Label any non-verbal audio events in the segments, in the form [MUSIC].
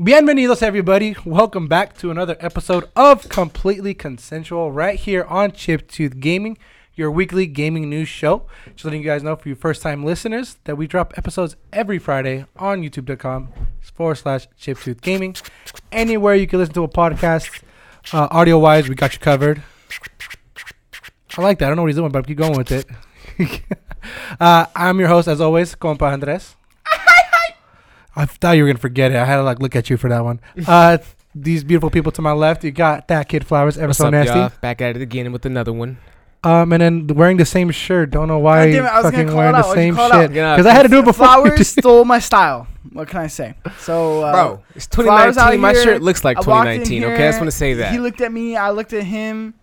Bienvenidos, everybody. Welcome back to another episode of Completely Consensual right here on Chiptooth Gaming, your weekly gaming news show. Just letting you guys know for you first time listeners that we drop episodes every Friday on youtube.com forward slash chiptooth gaming. Anywhere you can listen to a podcast, uh, audio wise, we got you covered. I like that. I don't know what he's doing, but keep going with it. [LAUGHS] uh, I'm your host, as always, Compa [LAUGHS] Andres. I thought you were gonna forget it. I had to like look at you for that one. Uh, these beautiful people to my left, you got that kid flowers, ever What's so up, nasty. y'all? Back at it again with another one. Um, and then wearing the same shirt. Don't know why. God damn it, I was gonna fucking call wearing it out. the Why'd same you call it shit. out? Get out. Because I had to do it before. you [LAUGHS] Flowers did. stole my style. What can I say? So, uh, Bro, it's Flowers out 2019. My here. shirt looks like I walked in 2019. here, Okay, I just want to say He that. looked at me. I looked at him.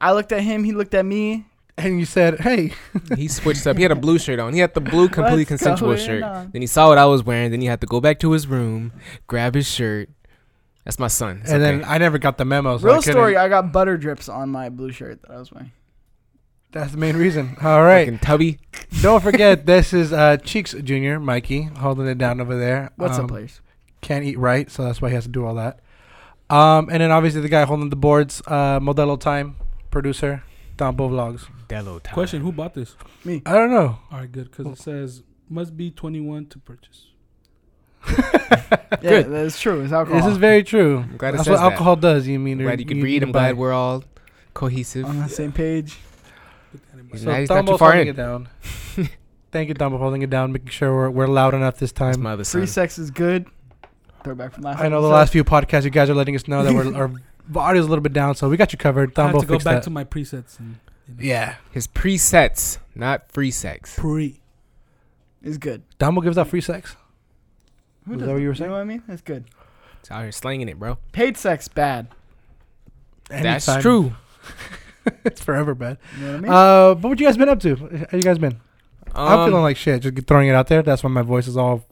I looked at him. He looked at me. and you said, "Hey, He switched up. He had a blue shirt on. He had the blue complete What's consensual going shirt. on? Then he saw what I was wearing. Then he had to go back to his room, grab his shirt. That's my son. It's and okay. then I never got the memo. So I Real couldn't- story. I got butter drips on my blue shirt that I was wearing. That's the main reason. All [LAUGHS] right. Fucking tubby. Don't forget, this is uh, Cheeks Junior, Mikey, holding it down over there. What's Um, up, players? Can't eat right, so that's why he has to do all that. Um, and then obviously the guy holding the boards, uh, Modelo Time, producer, Dombo Vlogs. Dello time. Question: Who bought this? [LAUGHS] I don't know. All right, good, because it says must be 21 to purchase. Yeah, Good. that's true. It's alcohol. This is very true. I'm glad it That's says what that. alcohol does. You mean I'm glad you can you- read. you I'm glad buy- we're all cohesive. on the same page. He's So not, he's not Dombo's too far holding it in. [LAUGHS] down. Thank you, Dumbo, for holding it down, making sure we're, we're loud enough this That's time. my other Free son. sex is good. Throwback from last. I know the episode. last few podcasts you guys are letting us know that [LAUGHS] we're, our audio's a little bit down, so we got you covered. I have Dumbo to go fixed back that. to my presets. And, you know, yeah, His presets, not free sex. Pre. is good. Dumbo gives out free sex. Who Was that doesn't? what you were You saying? know what I mean? It's good. It's out here slanging it, bro. Paid sex bad. That's Anytime. true. [LAUGHS] it's forever bad. You know what I mean? Uh, but what you guys been up to? How you guys been? I'm Um, feeling like shit. Just throwing it out there. That's why my voice is all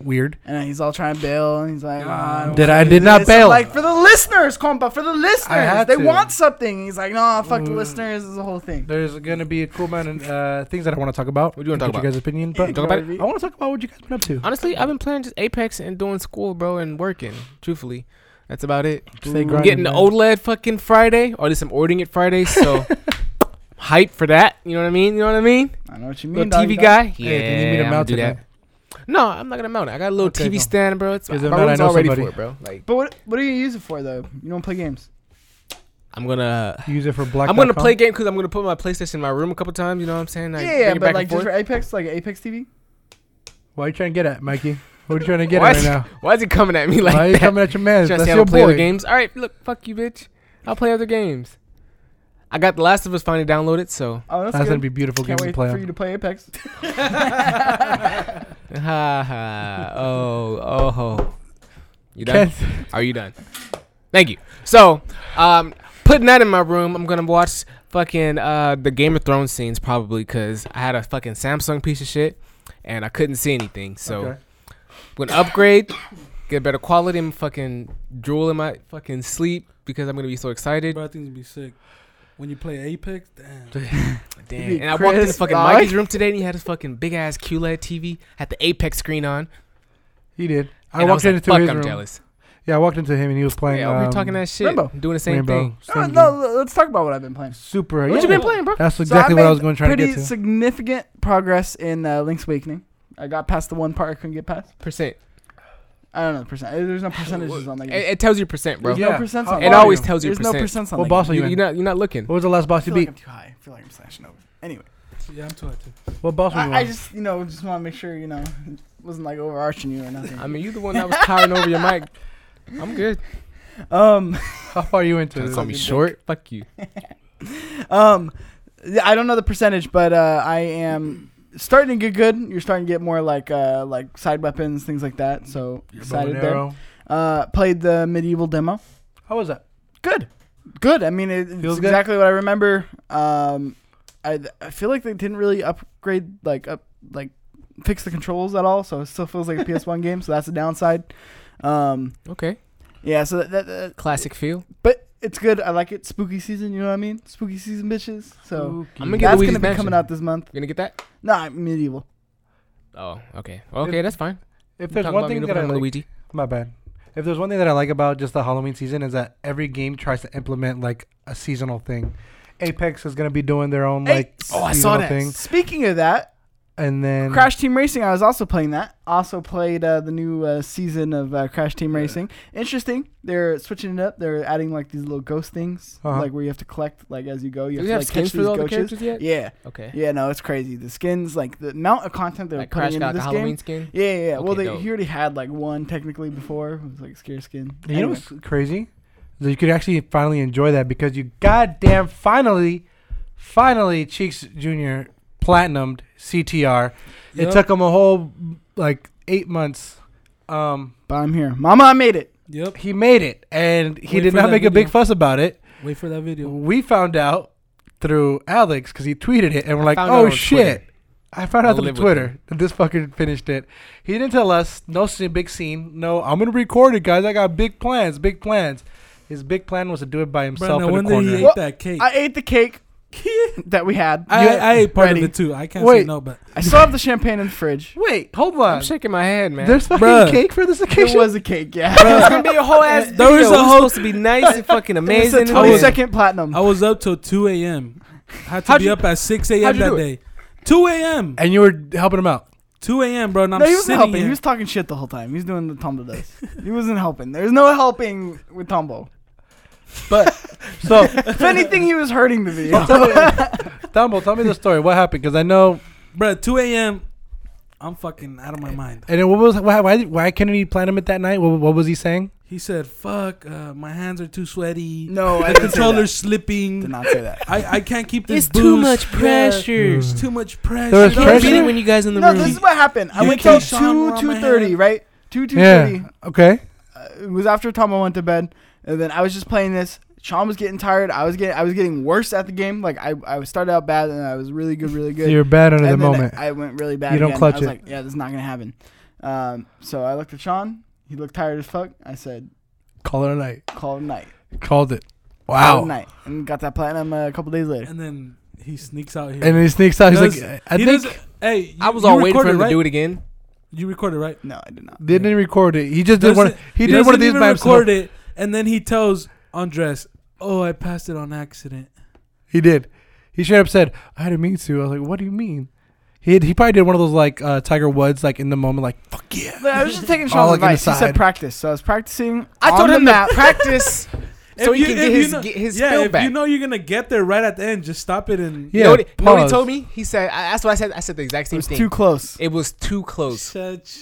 weird. and he's all trying to bail, and he's like, Yeah. "Ah, don't Did wanna I- do did not this." I'm bail. Like for the listeners, compa, for the listeners, had they to. want something. He's like, "No, fuck the Mm. listeners." Is the whole thing. There's gonna be a cool amount of uh, things that I want to talk about. What do you wanna and talk get You guys' opinion, You but talking about it? I want to talk about what you guys been up to. Honestly, I've been playing just Apex and doing school, bro, and working. Truthfully, that's about it. Stay I'm grinding, getting the man. OLED fucking Friday, or at least I'm ordering it [LAUGHS] Friday, so hype for that. You know what I mean? You know what I mean? I know what you mean. Little TV doggy dog. guy. Yeah, Hey, if you need me to I'ma mount do it, that. man. No, I'm not gonna mount it. I got a little Okay, TV cool. stand, bro. It's my 'Cause if not, room's I know all ready for somebody. it, bro. Like But what, what do you use it for though? You don't play games. I'm gonna, Use it for black. I'm gonna play game because I'm gonna put my PlayStation in my room a couple times. You know what I'm saying? Like, yeah, bring yeah, it but back like and just forth. for Apex, like Apex TV. Why are you trying to get at, Mikey? What are you trying to get Why at right is- now? Why is he coming at me [LAUGHS] like Why are you that? coming at your man? Trying That's to say I your don't play other boy. games. All right, look, fuck you, bitch. I'll play other games. I got The Last of Us finally downloaded, so [LAUGHS] Oh, that's, That's gonna good. be beautiful Can't games to wait play. for you on. to play Apex. ha ha. Oh oh ho. You done? Can't- [LAUGHS] Are you done? Thank you. So, um, putting that in my room, I'm gonna watch fucking uh the Game of Thrones scenes probably because I had a fucking Samsung piece of shit and I couldn't see anything. So, Okay. I'm gonna upgrade, get better quality, and fucking drool in my fucking sleep because I'm gonna be so excited. Bro, I think it'd be sick. When you play Apex, damn. Damn. be And I walked into crisp, fucking dog. Mikey's room today and he had his fucking big ass QLED TV, had the Apex screen on. He did. I and walked was like, into Fuck, his I'm room. jealous. Yeah, I walked into him and he was playing. yeah, we um, were talking that shit. Rainbow. Doing the same Rainbow. thing. [LAUGHS] no, Same [LAUGHS] no, game. l- let's talk about what I've been playing. Super. What yeah. you been playing, bro? That's So I exactly what I made was going to try to pretty get to. significant progress in uh, Link's Awakening. I got past the one part I couldn't get past. Percent. I don't know the percent. There's no percentages on that It, game. it tells you percent, bro. There's Yeah. no percents How far on It that are always you? tells you There's no percent. percents on What that game. boss are you you, are in? not you're not looking. What was the last I boss you feel like beat? I'm too high. I feel like I'm slashing over. Anyway, Yeah, I'm too hot too. What boss were you I, I on? just you know just want to make sure you know [LAUGHS] it wasn't like overarching you or nothing. I mean, you the one that was towering over your mic. I'm good. um, How far are you into It's it? gonna be short. Fuck you. um, yeah, I don't know the percentage, but uh, I am starting to get good. You're starting to get more like uh like side weapons, things like that. So Your bow and excited there. arrow. Uh, played the medieval demo. How was that? good good i mean it, it's Feels good? exactly what i remember um I, I feel like they didn't really upgrade like up like fix the controls at all so it still feels like a ps1 game so that's a downside um Okay. yeah so that, that, that- Classic feel. but it's good i like it spooky season you know what i mean spooky season bitches so I'm gonna get that's Luigi's gonna be Mansion. coming out this month You gonna get that? nah medieval Oh, okay. Okay, that's fine. If there's Talking one about thing me that I looking at like, Luigi. my bad. if there's one thing that I like about just the Halloween season is that every game tries to implement like a seasonal thing. Apex is gonna be doing their own Hey, like oh, I saw seasonal that. thing, Speaking of that, and then Crash Team Racing. I was also playing that. Also played uh, the new uh, season of uh, Crash Team Racing. Interesting. They're switching it up. They're adding like these little ghost things, Uh-huh. like where you have to collect, like as you go. You Do have we to have like, catch skins for these all the ghosts. characters yet? Yeah, Okay. yeah. No, it's crazy. The skins, like the amount of content they're Like Crash putting into got the this Halloween game. skin. Yeah, yeah. yeah. well, Okay, they dope. he already had like one technically before. It was like scare skin. You know Anyway. what's crazy? Is that you could actually finally enjoy that because you goddamn finally, finally Cheeks Jr. platinumed CTR. It Yep. took him a whole like eight months. Um, But I'm here, Mama. I made it. Yep. he made it, and he Wait did for not that make a video. big fuss about it. Wait for that video. We found out through Alex because he tweeted it, and we're like, found out "Oh on shit!" Twitter. I found I'll out through live with Twitter that this fucker finished it. He didn't tell us no s- big scene. No, I'm gonna record it, guys. I got big plans. Big plans. His big plan was to do it by Bro, himself in no the wonder corner. he ate Well, that cake. [LAUGHS] I ate the cake that we had. I, Yeah. I ate part Ready. of it too. I can't Wait. say no, but I still have the champagne in the fridge. Wait, hold on. I'm shaking my head, man. There's fucking [LAUGHS] Bruh. cake for this It occasion. was a cake, yeah. Bro, it's gonna be a whole ass. There There was is a a whole- supposed to be nice and fucking It's a amazing. I twenty was- second platinum. I was up till 2 a.m. Had to How'd be you- up at 6 how'd a.m. you do that it? day. 2 a.m. and you were helping him out. 2 a.m., bro, and I'm no, he wasn't sitting helping. here. He was talking shit the whole time. He was doing the Tombo does. he wasn't helping. There's no helping with Tombo. So, [LAUGHS] [LAUGHS] If anything, he was hurting the video. Dumbo, tell me the story. What happened? Because I know. Bro, 2 a.m., I'm fucking out of my mind. And then what was why why, why couldn't he plan him it that night? What, what was he saying? He said, fuck, uh, my hands are too sweaty. [LAUGHS] no, I the didn't say controller's that. Did slipping. not say [LAUGHS] that. I, I can't keep this It's too boost. much Yeah, pressure. It's too much pressure. There was You know what I Can't beat pressure? it when you guys in the No, room. this is what happened. I You went till keep Sean two on two my thirty, hand. right? Two two Yeah. thirty. Okay. Uh, it was after Tombo went to bed, and then I was just playing this. Sean was getting tired. I was getting I was getting worse at the game. Like I, I started out bad, and I was really good, really good. So you're bad under and the then moment. I went really bad. You don't again. clutch I was it. like, yeah, this is not gonna happen. Um, so I looked at Sean. He looked tired as fuck. I said, Call it a night. call it a night. Called it. Call it a Wow. night. And got that platinum uh, a couple days later. And then he sneaks out here. And he sneaks out. He's Does- like, I he think doesn't- hey, you, I was you all waiting for recorded, him to right? do it again. You recorded, right? No, I did not. didn't even record it. He just did one. Doesn't- He did one of doesn't these even by himself. record it, and then he tells Andres, "Oh, I passed it on accident." He did. He straight up said, "I didn't mean to." I was like, "What do you mean?" He had, he probably did one of those like uh, Tiger Woods like in the moment like fuck yeah. But I was just taking All Sean's like an advice. He said aside. practice, so I was practicing. I on told the him map. to [LAUGHS] practice so If he you- can if get you his know- get his yeah, spill if back. you know you're gonna get there right at the end, just stop it and. Yeah. You know what he- you know what he pause. told me? He said, I, "That's what I said. I said the exact It same was thing. too close. it was too close.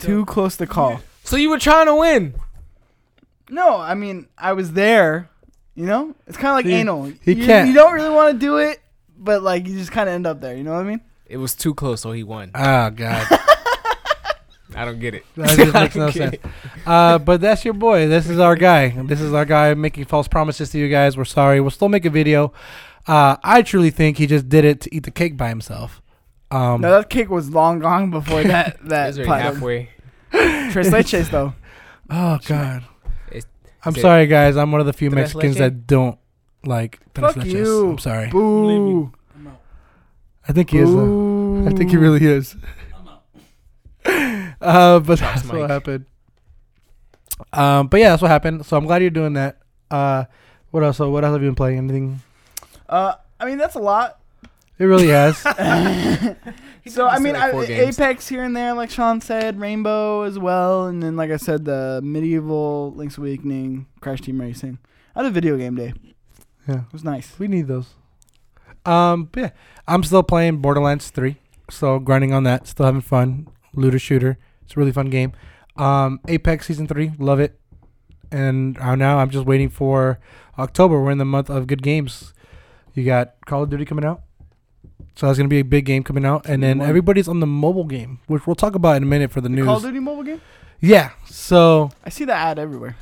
Too close to call. [LAUGHS] So you were trying to win. No, I mean I was there. You know, it's kind of like He- anal. he you, can't. You don't really want to do it, but like you just kind of end up there. You know what I mean? It was too close, so he won. Oh god, I don't get it. that just [LAUGHS] makes no Okay. sense. Uh, but that's your boy. This is our guy. This is our guy making false promises to you guys. We're sorry. We'll still make a video. Uh, I truly think he just did it to eat the cake by himself. Um, No, that cake was long gone [LAUGHS] before that. It That was already platinum. halfway. Tres leches though. oh god. It's- I'm it's- sorry, guys. I'm one of the few Tres Mexicans leche? that don't like tres Fuck leches. you. I'm sorry. Boo. I think he is. Though. Boo. I think he really is. uh, but Drops that's mic. what happened. Um, but yeah, that's what happened. So I'm glad you're doing that. Uh, what else? So what else have you been playing? Anything? Uh, I mean that's a lot. It really has. [LAUGHS] So I Just mean, like I, four games. Apex here and there, like Sean said, Rainbow as well, and then like I said, the medieval Link's Awakening, Crash Team Racing. I had a video game day. yeah, It was nice. we need those. Um, but yeah, I'm still playing Borderlands 3. So grinding on that. Still having fun. Looter shooter. It's a really fun game. Um, Apex season three. Love it. And uh, now I'm just waiting for October. We're in the month of good games. You got Call of Duty coming out. So that's gonna be a big game coming out, and then One. everybody's on the mobile game, which we'll talk about in a minute for the Call news. of Duty mobile game. Yeah, so I see the ad everywhere.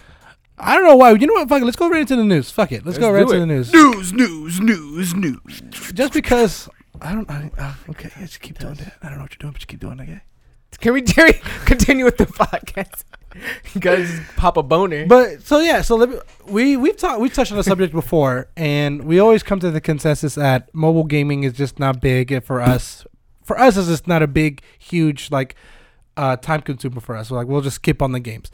I don't know why. You know what? Fuck it. Let's go right into the news. Fuck it. Let's, Let's go right do into the it. news. News, news, news, news. Just because I don't. I, uh, okay, yeah, just keep doing that. I don't know what you're doing, but just keep doing it. Okay? Can we [LAUGHS] Jerry, continue with the podcast? [LAUGHS] you guys just pop a boner. But so yeah, so let me, we we've talked we've touched on the subject before, and we always come to the consensus that mobile gaming is just not big for us. For us, it's just not a big, huge like uh, time consumer for us. We're like we'll just skip on the games.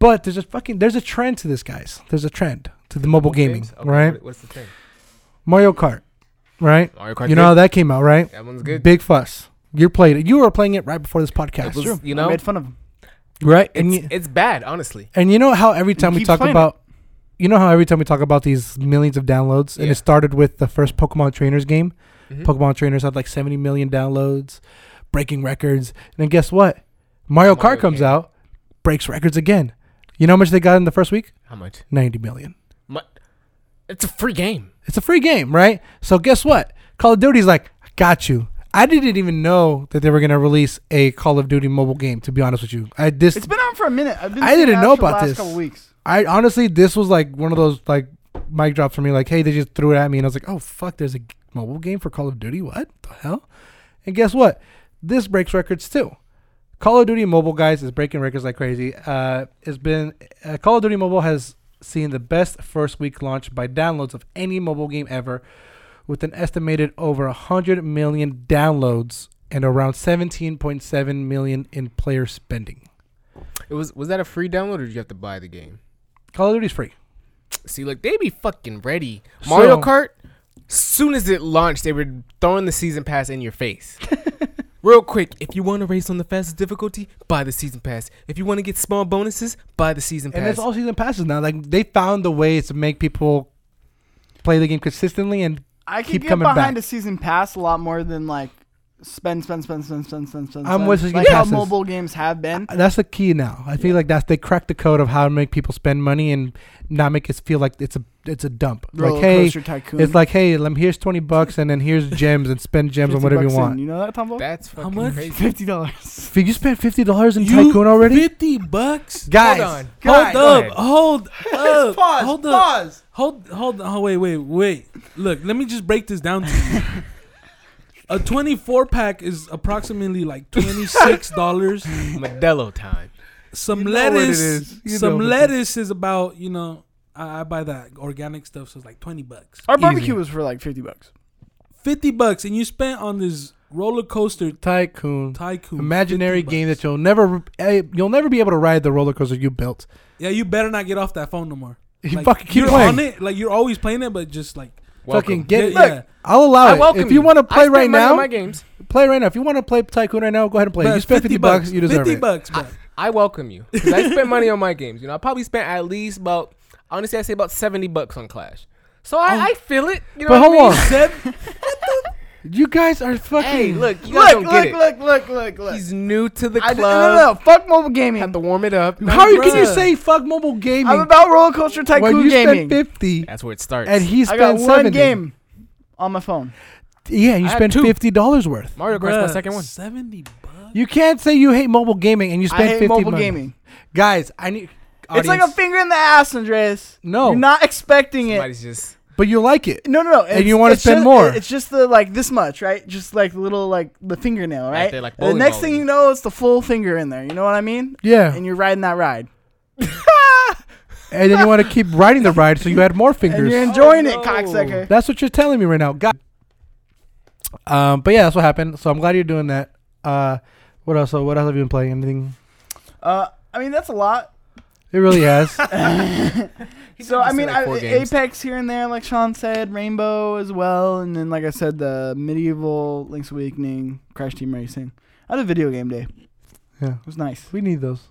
But there's a fucking there's a trend to this, guys. There's a trend to the mobile gaming, Games? Okay, right? what- What's the thing? Mario Kart, right? Mario Kart. you know how that came out, right? that one's good. Big fuss. You played it. You were playing it right before this It podcast, was- You I know, made it's, fun of him. right? And you, it's bad, honestly. and you know how every time we keep talk playing about, you know how every time we talk about these millions of downloads, and Yeah. it started with the first Pokemon Trainers game. Mhm. Pokemon Trainers had like 70 million downloads, breaking records. And then guess what? Mario, Mario Kart comes came. out, breaks records again. You know how much they got in the first week? How much? 90 million. Mu- It's a free game. It's a free game, right? So guess what? Call of Duty's like, I got you. I didn't even know that they were gonna release a Call of Duty mobile game. To be honest with you, I this It's been out for a minute. I've been I seeing didn't ads know for the about last this. Couple weeks. I honestly this was like one of those like mic drops for me. Like, hey, they just threw it at me, and I was like, oh fuck, there's a g- mobile game for Call of Duty. What the hell? And guess what? This breaks records too. Call of Duty Mobile guys is breaking records like crazy. Uh, it's been uh, Call of Duty Mobile has seen the best first week launch by downloads of any mobile game ever, with an estimated over hundred million downloads and around 17.7 million in player spending. It was was that a free download or did you have to buy the game? Call of Duty's free. See, look, they be fucking ready. Mario So- Kart, soon as it launched, they were throwing the season pass in your face. [LAUGHS] Real quick, if you want to race on the fastest difficulty, buy the season pass. If you want to get small bonuses, buy the season And pass. it's all season passes now. Like they found the ways to make people play the game consistently, and I can Keep get coming behind back. a season pass a lot more than like spend, spend, spend, spend, spend, spend, spend. I'm spend. with season like how passes. mobile games have been. that's the key now. I feel like that's they cracked the code of how to make people spend money and not make it feel like it's a it's a dump. Roller like hey, coaster tycoon. it's like hey, lem- here's twenty bucks, and then here's gems, and spend gems on 50 whatever you bucks in. want. You know that, Tombo? That's fucking [LAUGHS] much? crazy. Fifty dollars. F- You spent fifty dollars in You- Tycoon already, Fifty bucks. guys. Hold on. guys, hold go up. ahead. [LAUGHS] Hold up. pause. Hold up. pause. Hold hold on. Oh, wait, wait, wait. Look, let me just break this down to you. A 24 pack is approximately [LAUGHS] like $26. Modelo time. Some You know what it lettuce is. You know some what it lettuce is about, you know, I, I buy that organic stuff so it's like 20 bucks. Our Easy. barbecue was for like fifty bucks. 50 bucks and you spent on this roller coaster Tycoon. tycoon. Imaginary 50 game bucks. that you'll never, eh, you'll never be able to ride the roller coaster you built. Yeah, you better not get off that phone no more. You Like, fucking keep you're on playing. it, like you're always playing it, but just like Fucking Welcome. get Yeah, it. Look, yeah. I'll allow I it. welcome If you you. want to I play spend right money on now, my games. play right now. If you want to play Tycoon right now, go ahead and play. Bruh, you spent 50 bucks, you deserve 50 it. bucks, bro. I welcome you. 'Cause I spent money on my games. You know, I probably spent at least about honestly I say about seventy bucks on Clash. So I, I feel it. You know But what I hold mean? on. You guys are fucking. Hey, look, you guys don't Look! get Look! it. Look! Look! Look! Look! He's new to the I club. did, no, no, no! Fuck mobile gaming. Had to warm it up. How are you, can you Bruh. say fuck mobile gaming I'm about roller coaster when tycoon you gaming. spend 50 That's where it starts. and he I spent got one 70? game on my phone. Yeah, you I had spent two. $50 worth. Mario Kart's my second one. 70 bucks. You can't say you hate mobile gaming and you spend I hate 50 mobile money. gaming. Guys, I need. Audience, It's like a finger in the ass, Andreas. No. You're not expecting it. Somebody's just but you like it. No, no, no. It's- you wanna it's spend just- more. It's just the like this much, right? Just like the little like the fingernail, right? there like the bowling next balls. thing you know, it's the full finger in there. You know what I mean? Yeah. And you're riding that ride, And then you want to keep riding the ride so you add more [LAUGHS] and fingers. you're enjoying Oh, no. it, cocksucker. That's what you're telling me right now. God. Um, but yeah, that's what happened. So I'm glad you're doing that. Uh, what else? So what else have you been playing? Anything? Uh, I mean that's a lot. It really has. So I just mean, said, like, I, four games. Apex here and there, like Sean said, Rainbow as well, and then like I said, the medieval Link's Awakening, Crash Team Racing. I had a video game day. yeah, It was nice. we need those.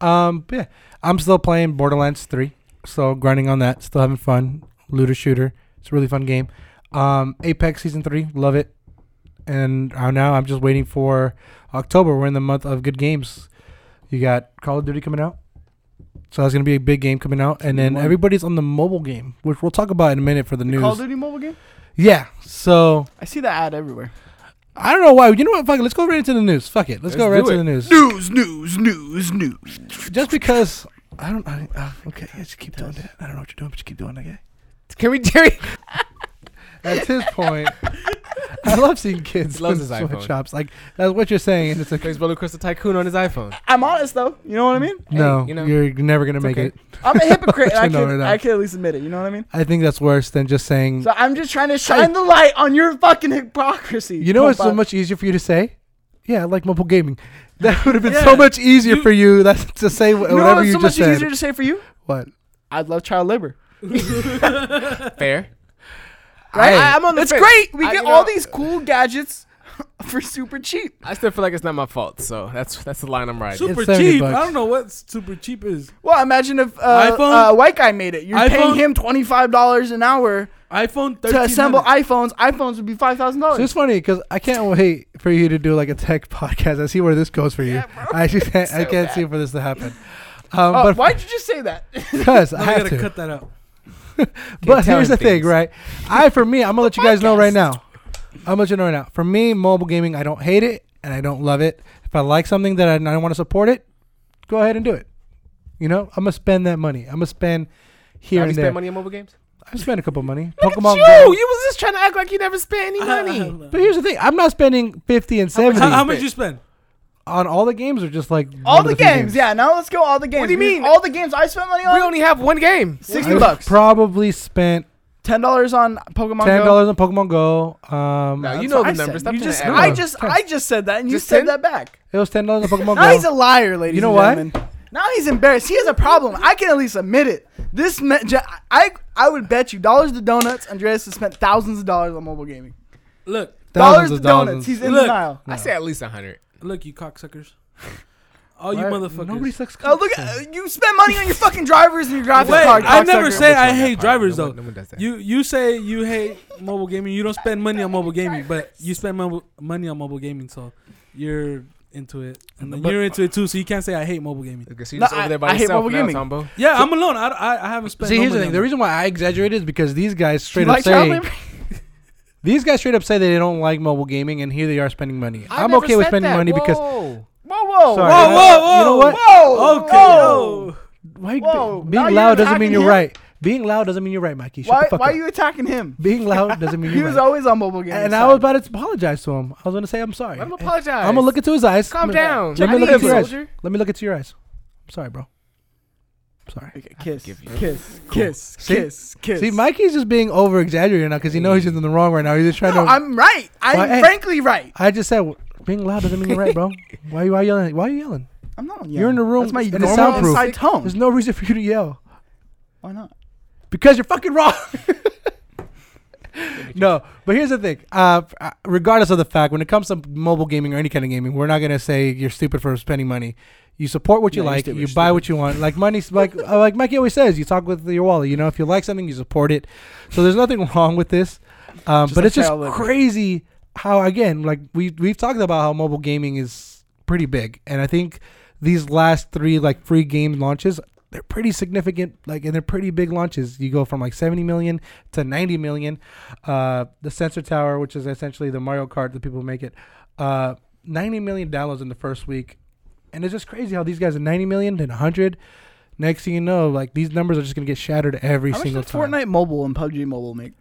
Um, but yeah, I'm still playing Borderlands 3, so grinding on that. Still having fun. Looter shooter. It's a really fun game. Um, Apex Season 3, love it. And uh, now I'm just waiting for October. We're in the month of good games. You got Call of Duty coming out. So that's going to be a big game coming out. And then One. everybody's on the mobile game, which we'll talk about in a minute for the Call news. of Duty mobile game. Yeah. So I see that ad everywhere. I don't know why. You know what? Fuck it. Let's go right into the news. Fuck it. Let's, Let's go right do into the it. news. News, news, news, news. Just because I don't. I, uh, okay, I just keep doing that. I don't know what you're doing, but you keep doing that. Okay. Can we Jerry? That's [LAUGHS] his point. I love seeing kids He loves in his iPhone. sweatshops. Like that's what you're saying, and it's like, Plays Roller Coaster Tycoon on his iPhone. I'm honest though. You know what I mean? no, you know, you are never gonna make okay. it. I'm a [LAUGHS] hypocrite. and I, You know can, that. I can at least admit it. You know what I mean? I think that's worse than just saying. So I'm just trying to shine the light on your fucking hypocrisy. you know, it's so Pump much easier for you to say. yeah, I like mobile gaming. [LAUGHS] That would have been so Yeah. much easier You- for you that, [LAUGHS] to say wh- You know whatever what's you so just much said. easier to say for you. What? I love child labor. Fair. Right? I, am on the It's fair- great. We I- get you all know- these cool gadgets [LAUGHS] for super cheap. I still feel like it's not my fault, so that's that's the line I'm riding. Super 70 cheap. bucks. I don't know what super cheap is. Well, imagine if uh, iPhone? a white guy made it. You're paying iPhone? him twenty five dollars an hour iPhone 13. to assemble iPhones. iPhones would be five thousand So dollars. it's funny because I can't wait for you to do like a tech [LAUGHS] podcast. I see where this goes for you. I actually can't, I So can't bad. see for this to happen. Um, Oh, but why'd you just say that? [LAUGHS] because I I have gotta to. cut that out. But tell here's him the thing, things. right? I for me, I'm gonna let you guys know right now. I'm gonna let you know right now. For me, mobile gaming, I don't hate it and I don't love it. If I like something that I, and I want to support it, go ahead and do it. You know, I'm gonna spend that money. I'm gonna spend here Have you and there. spent money on mobile games? I spent a couple of money. Look Pokemon at you! Go. You was just trying to act like you never spent any [LAUGHS] money. But here's the thing: I'm not spending fifty and seventy How, how much you spend? on all the games, or just like all one of the few games. Yeah. Now let's go. All the games. do you Because mean? All the games I spent money We on. only have one game. Sixty I bucks. Probably spent Ten dollars on Pokemon. ten Go. dollars on Pokemon Go. Um, No, you That's know what I the said. numbers. Stop trying You to just, act add I up. like- just, I just said that, and you Just said ten? that back. it was ten dollars [LAUGHS] on Pokemon Now he's Go. a liar, ladies. You know and why? gentlemen. Now he's embarrassed. He has a problem. I can at least admit it. This me- ge- I I would bet you dollars to donuts. Andreas has spent thousands of dollars on mobile gaming. Look, Dollars, Thousands to of donuts. dollars. He's in Look. denial. I say at least a hundred. look, you cocksuckers. All Oh, you Why- motherfuckers. Nobody sucks. Oh look! cock, At, though. uh, you spend money on your fucking drivers and your graphics Wait, card. I never cocksucker. said I Which one? hate That part. drivers No though. one- no one does that. You you say you hate mobile gaming. You don't spend money on mobile gaming, but you spend mobile, money on mobile gaming, so you're into it, and then But- you're into it too. So you can't say I hate mobile gaming. Okay, so you're No, just over I- there by I hate yourself mobile now, gaming. Tombo. Yeah, I'm alone. I, I, I haven't spent. See, no here's the money thing. on The it. reason why I exaggerated is because these guys You straight up like child say labor? [LAUGHS] these guys straight up say they don't like mobile gaming, and here they are spending money. I I'm never okay with said spending that. money because Whoa. Whoa, whoa, Sorry. Whoa, whoa, whoa! You know what? whoa! Okay. whoa. no. why, Whoa, be- now being you're loud doesn't mean attacking you're him? right. Being loud doesn't mean you're right, Mikey. Shut Why? the fuck Why up. are you attacking him? [LAUGHS] being loud doesn't [LAUGHS] mean He you're was right. always on mobile games. And I was about to apologize to him. I was gonna say I'm sorry. Let him apologize. I'm gonna look into his eyes. Calm Let- down. Let I me look need into you, your eyes. soldier. Let me look into your eyes. I'm sorry, bro. I'm sorry. Okay, kiss, forgive you. kiss, kiss, See? kiss, kiss. See, Mikey's just being over exaggerated now because he knows he's in the wrong right now. He's just trying No, to. I'm right. I'm Why- hey. frankly right. I just said being loud doesn't mean you're right, [LAUGHS] bro. Why you why you yelling? Why are you yelling? I'm not. Yelling. You're in the room That's my and it's normal soundproof. inside tone. There's no reason for you to yell Why not? because you're fucking wrong. no, but here's the thing. Uh, f- uh, regardless of the fact, when it comes to mobile gaming or any kind of gaming, we're not gonna say you're stupid for spending money. You support what you Yeah, you're like. stupid, you you're buy what you want. Like money's like uh, like Mikey always says. You talk with your wallet. You know, if you like something, you support it. So there's nothing [LAUGHS] wrong with this. Um, Just but a it's just fail over. crazy how again, like we we've talked about how mobile gaming is pretty big, and I think these last three like free game launches they're pretty significant like and they're pretty big launches you go from like 70 million to 90 million uh the sensor tower which is essentially the mario kart that people make it uh 90 million downloads in the first week and it's just crazy how these guys are 90 million then 100 next thing you know like these numbers are just gonna get shattered every How much single did time Fortnite Mobile and PUBG Mobile make?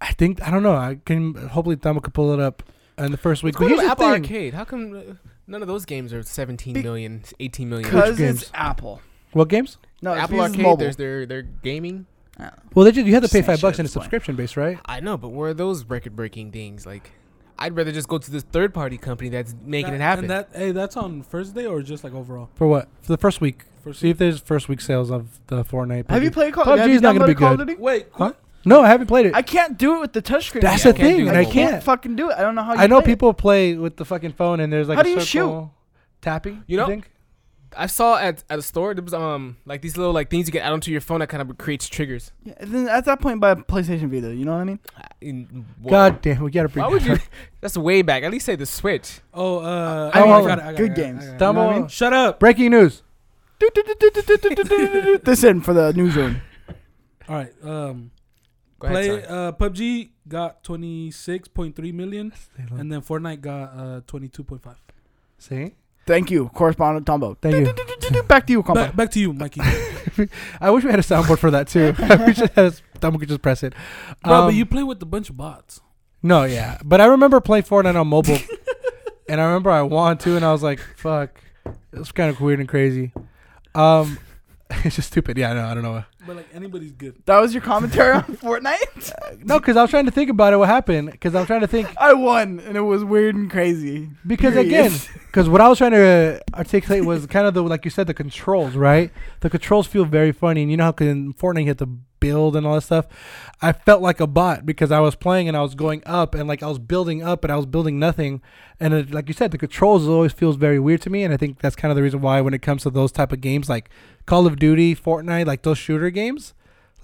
i think i don't know i can hopefully Thumb could pull it up in the first week What's but going on here's with the Apple thing Arcade? How come uh, none of those games are 17 Be- million, 18 million? Because games? it's Apple. what games No, it's Apple because it's Arcade, mobile. there's their their gaming. well they just you have to pay Same five shit, bucks in a that's why. subscription base right I know, but where are those record breaking things? Like, I'd rather just go to this third party company that's making That- it happen. And that hey, that's on first day or just like overall. for what for the first week First see if there's first week sales of the fortnite Have you package. played Call? PUBG Have you is not gonna be downloaded Call of good. Duty? Wait, Huh? No, I haven't played it. I can't do it with the touchscreen. That's Yeah, the I can't do thing. that. I I can't. fucking do it. I don't know how. You I know play it. people play with the fucking phone and there's like How a do you circle tapping. You know- think? I saw at, at a store there was um like these little like things you can add onto your phone that kind of creates triggers. Yeah, then at that point, buy a PlayStation Vita. You know what I mean? Uh, in- wha- God damn, we gotta bring. why would you? [LAUGHS] That's way back. At least say the Switch. oh, uh, I mean, it, good it, I games. got it. Dumbo- You know what I mean? Shut up. Breaking [LAUGHS] news. this in for the newsroom. All right. Um, Go ahead, play sorry. uh, PUBG got 26.3 million, and then Fortnite got uh 22.5. [LAUGHS] See, [LAUGHS] Thank you, correspondent Tombo. thank you. Back to you, Combo. Back, back to [LAUGHS] you, Mikey. I wish we had a soundboard for that too. [LAUGHS] I wish I had a, someone could just press it. Bro, but Um, you play with a bunch of bots. no, yeah, but I remember playing Fortnite on mobile, and I remember I wanted to, and I was like, [LAUGHS] "Fuck, it's kind of weird and crazy." Um, it's just stupid. Yeah, I know. I don't know. but like anybody's good. That was your commentary on [LAUGHS] Fortnite. No, because I was trying to think about it. What happened? Because I'm trying to think. I won, and it was weird and crazy. Because [LAUGHS] again, Period. because what I was trying to uh, articulate was kind of the like you said the controls, right? The controls feel very funny, and you know how in Fortnite you have to build and all that stuff. I felt like a bot because I was playing and I was going up and like I was building up and I was building nothing, and it, like you said, the controls always feels very weird to me, and I think that's kind of the reason why when it comes to those type of games like Call of Duty, Fortnite, like those shooter games,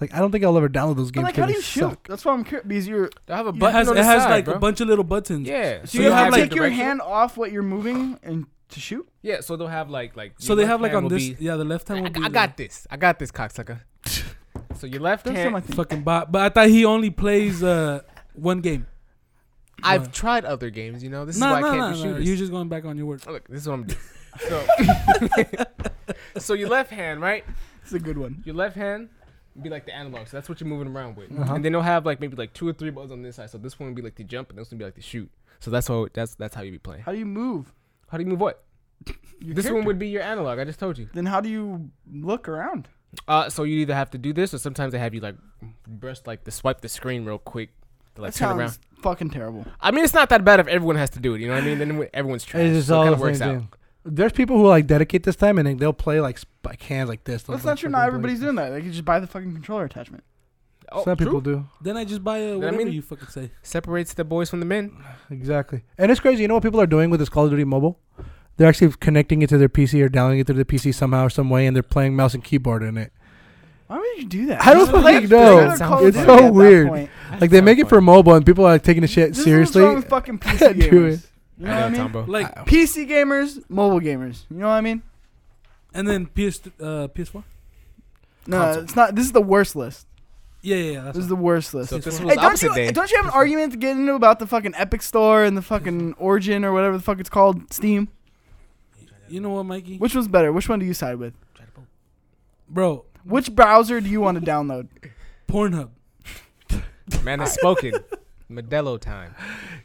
like I don't think I'll ever download those But games. like, 'cause how do they you shoot? suck. That's why I'm curious. Because you're, I have a It button has on it the has side, like bro. a bunch of little buttons. Yeah. So, so you you have have to like take your direction. hand off what you're moving and to shoot. Yeah. So they'll have like like. So your they left have like hand on will this. be- Yeah, the left hand. I, Will be I the- got this. I got this, [LAUGHS] cocksucker. so your left Don't hand. my thing. fucking bot. But I thought he only plays uh one game. I've What? tried other games. You know, this No, is why no, I can't no, do no. shooters. You're just going back on your words. Oh, Look, this is what I'm doing. So, so [LAUGHS] your left hand, right? It's a good one. Your left hand would be like the analog. So that's what you're moving around with. Uh-huh. And then they'll have like maybe like two or three buttons on this side. So this one would be like the jump, and this one would be like the shoot. So that's how that's that's how you be playing. How do you move? How do you move what? Your this one character? would be your analog. I just told you. Then how do you look around? Uh, so you either have to do this, or sometimes they have you like breast like the swipe the screen real quick to like That turn around. sounds fucking terrible. I mean, it's not that bad if everyone has to do it. You know what I mean? Then everyone's trash. It's just so it all kind the of works same out. thing. There's people who like dedicate this time and then they'll play like sp- like hands like this. They'll, That's like, not true. fucking Not play everybody's this. doing that. They could just buy the fucking controller attachment. Oh, Some true. people do Then I just buy a whatever mean- you fucking say. separates the boys from the men. exactly, and it's crazy. You know what people are doing with this Call of Duty mobile? They're actually connecting it to their PC or downloading it through the PC somehow or some way, and they're playing mouse and keyboard in it. Why would you do that? I don't Just play fucking the know. regular Call of It's Duty so at that weird. point. Like they make it for mobile, and people are like taking the shit This is what's seriously. wrong [LAUGHS] with fucking PC Do gamers. it. You know what I mean? Like PC gamers, mobile gamers. You know what I mean? and then PS uh PS4. No, Console. it's not. This is the worst list. Yeah, yeah, yeah. That's This is what- the worst list. So if this Hey, was don't opposite you, day. don't you have an argument to get into about the fucking Epic Store and the fucking Origin or whatever the fuck it's called, Steam? you know what, Mikey? Which one's better? Which one do you side with? Bro, Which browser do you want to download? Pornhub. Man has spoken. Modelo time.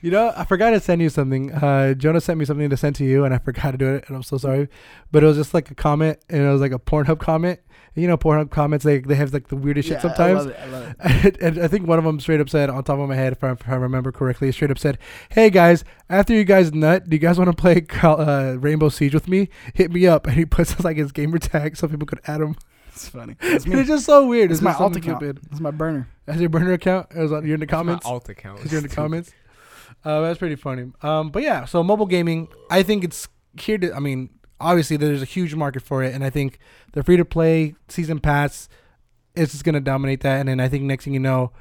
You know, I forgot to send you something. Uh, Jonah sent me something to send to you, and I [LAUGHS] forgot to do it, and I'm so sorry. But it was just like a comment, and it was like a Pornhub comment. You know, Pornhub comments they they have like the weirdest Yeah, shit sometimes. I love it. I love it. and, and I think one of them straight up said, on top of my head, if I, if I remember correctly, straight up said, "Hey guys, after you guys nut, do you guys want to play Call- uh, Rainbow Siege with me? Hit me up." [LAUGHS] And he puts like his gamer tag so people could add him. It's funny. [LAUGHS] It's And [LAUGHS] me. it's just so weird. It's It's my just alt something account. stupid. It's my burner. That's your burner account. It was on, you're in the [LAUGHS] comments. My alt account. You're in the [LAUGHS] comments. Uh, that's pretty funny. Um, but yeah, so mobile gaming, I think it's here to. I mean, obviously there's a huge market for it, and I think the free to play season pass is just gonna dominate that. And then I think next thing you know,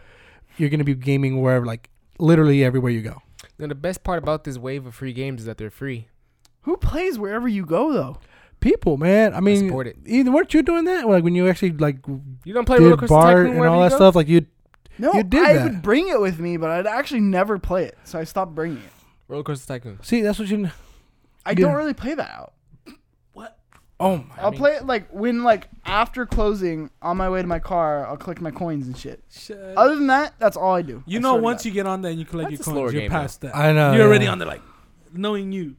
you're gonna be gaming wherever, like literally everywhere you go. You know, the best part about this wave of free games is that they're free. Who plays wherever you go though? People, man. I mean, support it. Even weren't you doing that? Like when you actually like You don't play Roller did Coaster bar Tycoon and wherever all you that go? stuff. Like you, No, You did I that. would bring it with me, but I'd actually never play it, so I stopped bringing it. Roller Coaster Tycoon. see, that's what you. I Yeah. don't really play that out. Oh my. I'll play it like when like after closing on my way to my car, I'll collect my coins and shit. Shut Other than that, that's all I do. You I know, swear to once God. you get on there and you collect That's a your slower coins, you're game, past that. I know. you're already yeah. on the like, [LAUGHS] knowing you.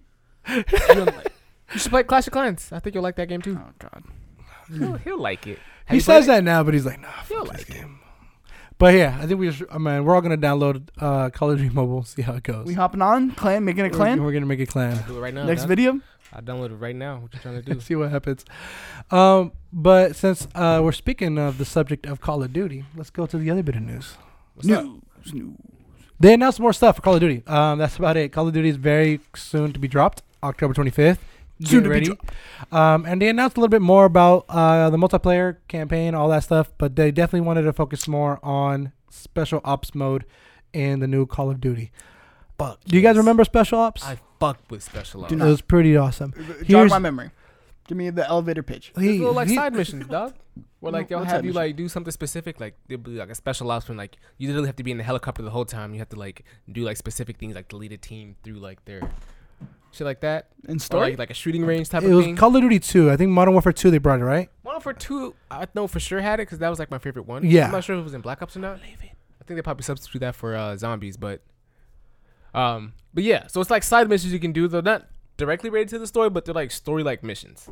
You're like, You should play Clash of Clans. I think you'll like that game too. Oh god. He'll, he'll like it. Have He you played says it? that now, but he's like, nah, You'll fuck this game. But yeah, I think we just, I mean, we're all gonna download uh, Call of Duty Mobile, see how it goes. We hopping on clan, making a We're- clan. We're, gonna make a clan. Do it right now. Next dog. video. I download it right now. What you trying to do? see what happens. Um, but since uh, we're speaking of the subject of Call of Duty, let's go to the other bit of news. What's up? They announced more stuff for Call of Duty. Um, that's about it. Call of Duty is very soon to be dropped, October 25th. Get Soon to be ready. um, and they announced a little bit more about uh, the multiplayer campaign, all that stuff, but they definitely wanted to focus more on special ops mode in the new Call of Duty. Fuck Do you guys yes. remember special ops? [LAUGHS] I fucked with Special Ops. Do it not. was pretty awesome. Jog Here's- my memory. Give me the elevator pitch. There's He- little like he- side missions, dog. Where like they'll What have side you mission? like do something specific, like there'll be like a special ops when like you literally have to be in the helicopter the whole time. You have to like do like specific things, like to lead a team through like their shit like that, And or story. Oh, like, like a shooting range type it of was thing. Call of Duty 2. I think Modern Warfare 2 they brought it, right? Modern Warfare Two, I know for sure had it because that was like my favorite one. Yeah. I'm not sure if it was in Black Ops or not. I think they probably substitute that for uh, zombies, but um, but yeah, so it's like side missions you can do. They're not directly related to the story, but they're like story like missions.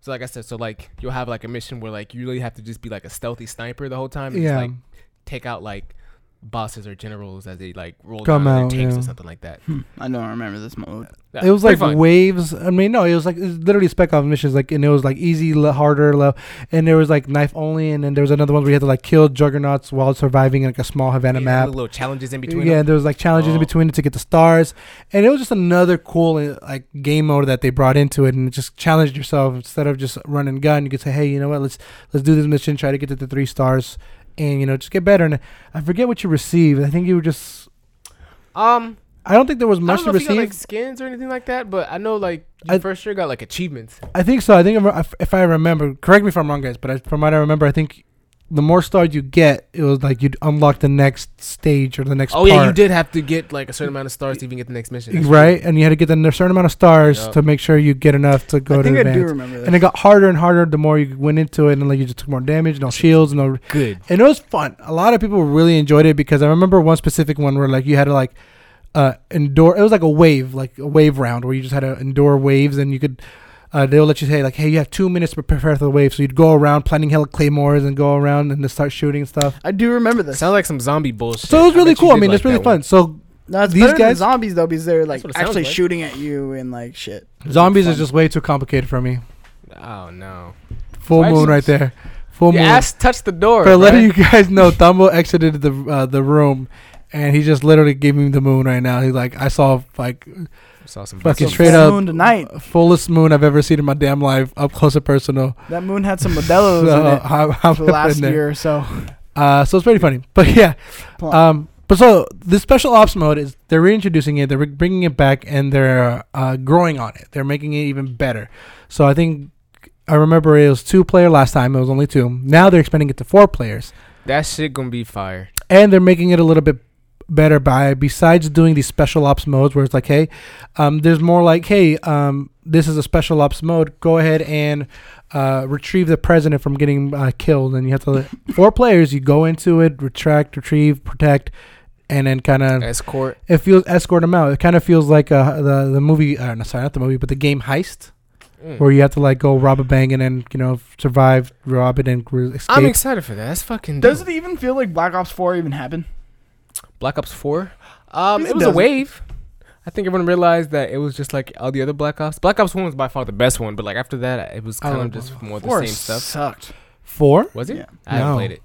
So like I said, so like you'll have like a mission where like you really have to just be like a stealthy sniper the whole time. And yeah. Just, like take out like bosses or generals as they like roll Come down their out, tanks yeah. or something like that. Hmm, I don't remember this mode. Yeah, it was pretty like fun. waves. I mean, no, it was like it was literally spec ops missions. Like, and it was like easy, le- harder, low, and there was like knife only, and then there was another one where you had to like kill juggernauts while surviving in, like a small Yeah, Havana and map. the little challenges in between. yeah, them. there was like challenges in Oh. between it to get the stars, and it was just another cool uh, like game mode that they brought into it, and it just challenged yourself instead of just run and gun. You could say, hey, you know what? Let's let's do this mission, try to get to the three stars, and you know just get better. And I forget what you received. I think you were just. Um, I don't think there was I much don't to know if you receive. got like skins or anything like that, but I know like you I- first sure got like achievements. I think so. I think if- if I remember, correct me if I'm wrong, guys, but I, from what I remember, I think the more stars you get, it was like you'd unlock the next stage or the next. Oh yeah, you part, did have to get like a certain amount of stars to even get the next mission. That's Right, and you had to get the n- certain amount of stars Yup. to make sure you get enough to go I to think I do advance. remember this. And it got harder and harder the more you went into it, and like you just took more damage, no shields, no Good. and it was fun. A lot of people really enjoyed it because I remember one specific one where like you had to like uh endure. It was like a wave, like a wave round where you just had to endure waves, and you could. Uh, they'll let you say like, "Hey, you have two minutes to prepare for the wave." So you'd go around planting hella claymores and go around and just start shooting and stuff. I do remember this. Sounds like some zombie bullshit. So it was bet really you cool. I did mean, like it's really that one. fun. So No, it's These better than guys- zombies though because they're like what it sounds actually like. shooting at you and like shit. zombies Fun. is just way too complicated for me. Oh no! Full Why is moon it- right [LAUGHS] there. Full Your moon. ass touched the door. For letting bruh. you guys know, Dumbo exited the uh, the room, and he just literally gave me the moon right now. He's like, I saw like saw some fucking some- straight full up moon tonight. fullest moon I've ever seen in my damn life, up close and personal. That moon had [LAUGHS] some [LAUGHS] Modelo's so, in it I'm- I'm for up the last in there. year or so. Uh, so it's pretty funny, but [LAUGHS] yeah. Um, but so the special ops mode is they're reintroducing it, they're re- bringing it back, and they're uh, growing on it. They're making it even better. So I think I remember it was two player last time. It was only two. Now they're expanding it to four players. That shit gonna be fire. and they're making it a little bit better by besides doing these special ops modes where it's like hey um, there's more like hey um, this is a special ops mode go ahead and uh, retrieve the president from getting uh, killed and you have to four players you go into it retract retrieve protect and then kind of Escort. it feels escort them out it kind of feels like uh, the the movie uh, no, sorry not the movie but the game heist Mm. where you have to like go rob a bank and then you know survive rob it and re- escape I'm excited for that. That's fucking. Does Does it even feel like Black Ops Four even happened? Black Ops Four? Um, it Yes, it was a does. wave. I think everyone realized that it was just like all the other Black Ops. Black Ops One was by far the best one, but like after that, it was I kind love of just more Four the same stuff. sucked. four Was it? Yeah. I haven't No. played it.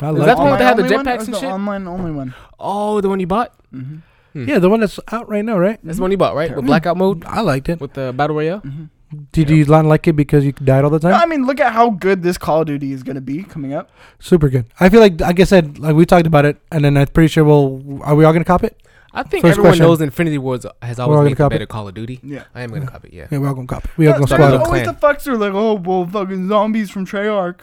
I Is like that the one Online that had the only one? jetpacks It was and the shit? Online only one. Oh, the one you bought. Mm-hmm. yeah the one that's out right now right That's the one you bought, right? With Mm. blackout mode, I liked it. with the battle royale. hmm Did Yeah. you not like it because you died all the No, time? I mean, look at how good this Call of Duty is going to be coming up. Super good. I feel like, like I said, like we talked about it, and then I'm pretty sure we'll. Are we all gonna cop it? I think First everyone question. knows Infinity Wars has We're all always gonna made for copy. better Call of Duty. Yeah. I am gonna copy. it, Yeah. Yeah, we're all gonna cop it. We all gonna There's squad Squad Up. up. always Clan. the fucks who are like, oh, well, fucking zombies from Treyarch.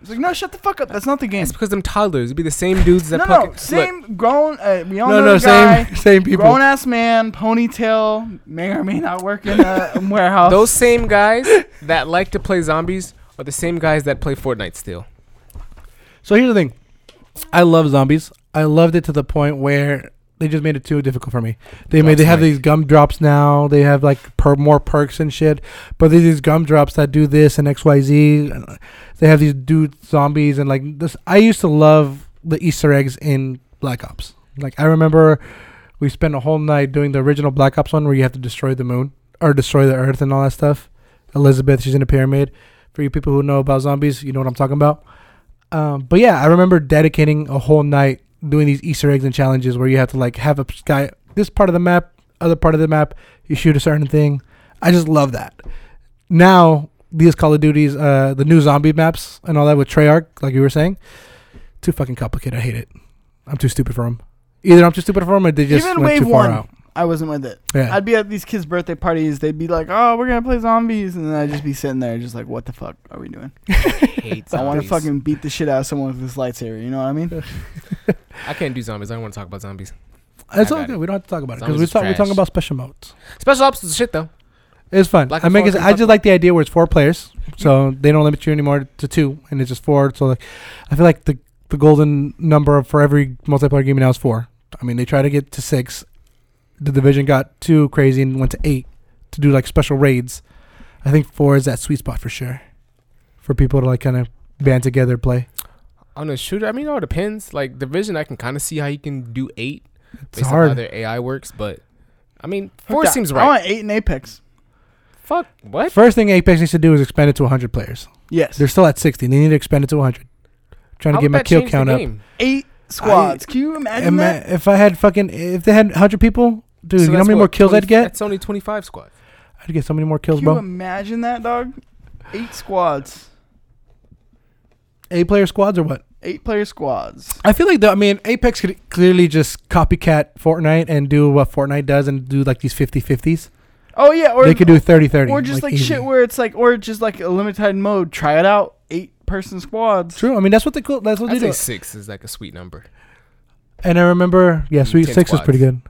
It's like, no, shut the fuck up. That's not the game. It's because them toddlers. It'd be the same dudes No, that no, fucking- Look, same grown. Uh, we all No, know no, the guy. same, [LAUGHS] same people. Grown ass man, ponytail, may or may not work [LAUGHS] in a warehouse. those same [LAUGHS] guys that like to play zombies are the same guys that play Fortnite [LAUGHS] still. So here's the thing. I love zombies. I loved it to the point where they just made it too difficult for me. They made they have That's right. these gumdrops now. They have like per, more perks and shit. But there's these gumdrops that do this and X Y Z. They have these dude zombies and like this. I used to love the Easter eggs in Black Ops. Like I remember we spent a whole night doing the original Black Ops one where you have to destroy the moon or destroy the earth and all that stuff. Elizabeth, she's in a pyramid. For you people who know about zombies, you know what I'm talking about. Um, but yeah, I remember dedicating a whole night doing these Easter eggs and challenges where you have to like have a sky this part of the map, other part of the map, you shoot a certain thing. I just love that. Now these Call of Duties, uh, the new zombie maps and all that with Treyarch, like you were saying, too fucking complicated. I hate it. I'm too stupid for them. Either I'm too stupid for them, or they just Even went Wave too far One. out. I wasn't with it. Yeah. I'd be at these kids' birthday parties. They'd be like, "Oh, we're gonna play zombies," and then I'd just be sitting there, just like, "What the fuck are we doing?" Hate [LAUGHS] I want to zombies. fucking beat the shit out of someone with this lightsaber. You know what I mean? I can't do zombies. I don't want to talk about zombies. it's I all got good. it. We don't have to talk about it because Zombies we is talk, we're talking trash. about special modes. Special ops is shit though. It's fun. Black I and make White it, is I fun. Mm-hmm. just like the idea where it's four players, so they don't limit you anymore to two, and it's just four. So like, I feel like the the golden number for every multiplayer game now is four. I mean, they try to get to six. The division got too crazy and went to eight to do like special raids. I think four is that sweet spot for sure, for people to like kind of band together play. On a shooter, I mean, it all depends. Like division, I can kind of see how you can do eight It's based on how hard. their AI works, but I mean, four Fuck that. seems I right. want eight in Apex. Fuck what? First thing Apex needs to do is expand it to 100 players. Yes, They're still at 60. They need to expand it to 100. Trying How to get would my that kill change the count up. game? eight squads. Can you imagine And that? man, if I had fucking, if they had 100 people, dude, So you know how that's many what, more kills 20 I'd get? That's only twenty-five squad. I'd get so many more kills, Can you bro. imagine that, dog? Eight squads, Eight player squads or what? eight player squads. I feel like though, I mean, Apex could clearly just copycat Fortnite and do what Fortnite does and do like these 50 50s. Oh yeah, or They could do 30 30. or just like, easy. shit where it's like, or just like a limited mode. Try it out, eight person squads. True. I mean, that's what they cool. That's what I they do. think six is like a sweet number. And I remember, yeah, Mm, Sweet 10 Six was pretty good.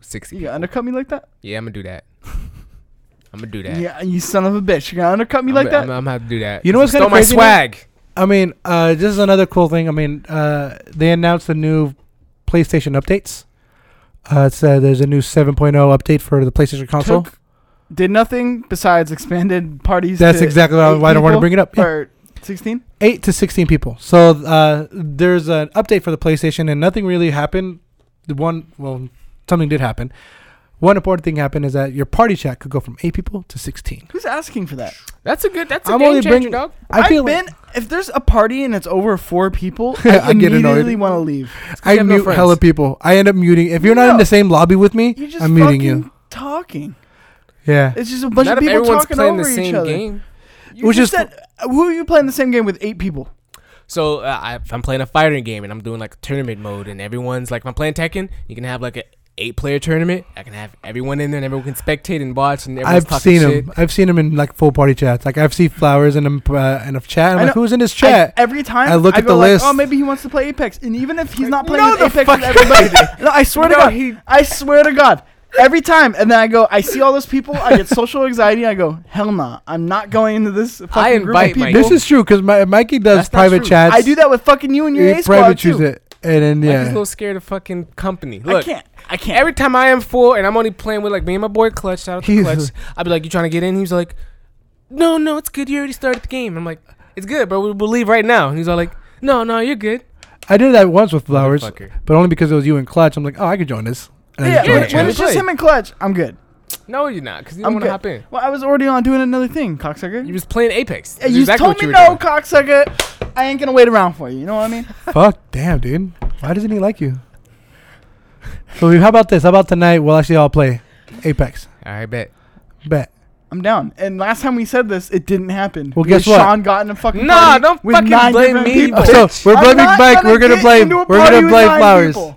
Six. You people. gonna undercut me like that? Yeah, I'm gonna do that. I'm gonna do that. Yeah, you son of a bitch. You gonna undercut me I'm like gonna- that? I'm, I'm gonna have to do that. You know what's Stole kinda my crazy now? swag. I mean, uh, this is another cool thing. I mean, uh, they announced the new PlayStation updates. Uh, it said there's a new 7.0 update for the PlayStation console. Took- did nothing besides expanded parties. That's to exactly why- eight why I don't want to people? bring it up. Yeah. Or sixteen. Eight to 16 people. So uh, there's an update for the PlayStation, and nothing really happened. The one, well, something did happen. One important thing happened is that your party chat could go from eight people to 16. Who's asking for that? That's a good. That's a I'm only game changer, bringing- dog. I feel have been. if there's a party and it's over four people, [LAUGHS] I, I get annoyed. immediately want to [LAUGHS] leave. like I have no mute friends. hella people. I end up muting. If you're not in No. the same lobby with me, You just I'm muting fucking you. talking. Yeah. It's just a bunch Not of if people everyone's talking playing over the each same other. game. You Which just is- said, uh, who are you playing the same game with eight people? So uh, I, if I'm playing a fighting game and I'm doing like a tournament mode, and everyone's like, if I'm playing Tekken, you can have like a eight-player tournament. I can have everyone in there, and everyone can spectate and watch, and everyone's I've seen talking shit. him. I've seen him in like full party chats. Like I've seen flowers in a uh, in a chat. I'm I like, know. who's in this chat? I- every time I look at go the like, list. Oh, maybe he wants to play Apex, and even if he's not playing No, with the Apex fuck- with everybody, no, I swear to No, God, he- I swear to God, every time. And then I go, I see all those people, I get social anxiety, and I go, hell nah, I'm not going into this. invite Fucking group my- of people. this is true because my Mikey does That's not private true. chats. I do that with fucking you and your A He squad private too. chooses it, and then Like, he's a yeah, little scared of fucking company. I Look, can't. I can't. [LAUGHS] every time I am full and I'm only playing with like me and my boy Clutch, shout out to He's- Clutch. I'd be like, "You trying to get in?" He's like, "No, no, it's good. You already started the game." I'm like, "It's good, bro. We'll leave right now." And he's all like, "No, no, you're good." I did that once with flowers, Motherfucker. but only because it was you and Clutch. I'm like, oh, I could join this. And I yeah, just joined when, yeah, the when chat. it's yeah. just him and Clutch, I'm good. No, you're not, because you I'm don't want good. to hop in. Well, I was already on doing another thing, cocksucker. You You, was playing Apex. you That's exactly told what me were no, doing. cocksucker. I ain't gonna wait around for you. You know what I mean? [LAUGHS] Fuck, damn, dude. Why doesn't he like you? so we- how about this? How about tonight? We'll actually all play Apex. All right, bet. Bet. I'm down. And last time we said this, it didn't happen. Well, Because guess what? Sean got in a fucking Nah, party don't with fucking nine blame different me, people. So we're I'm blaming not Mike. We're gonna get blame. into a We're party gonna with blame nine flowers. people.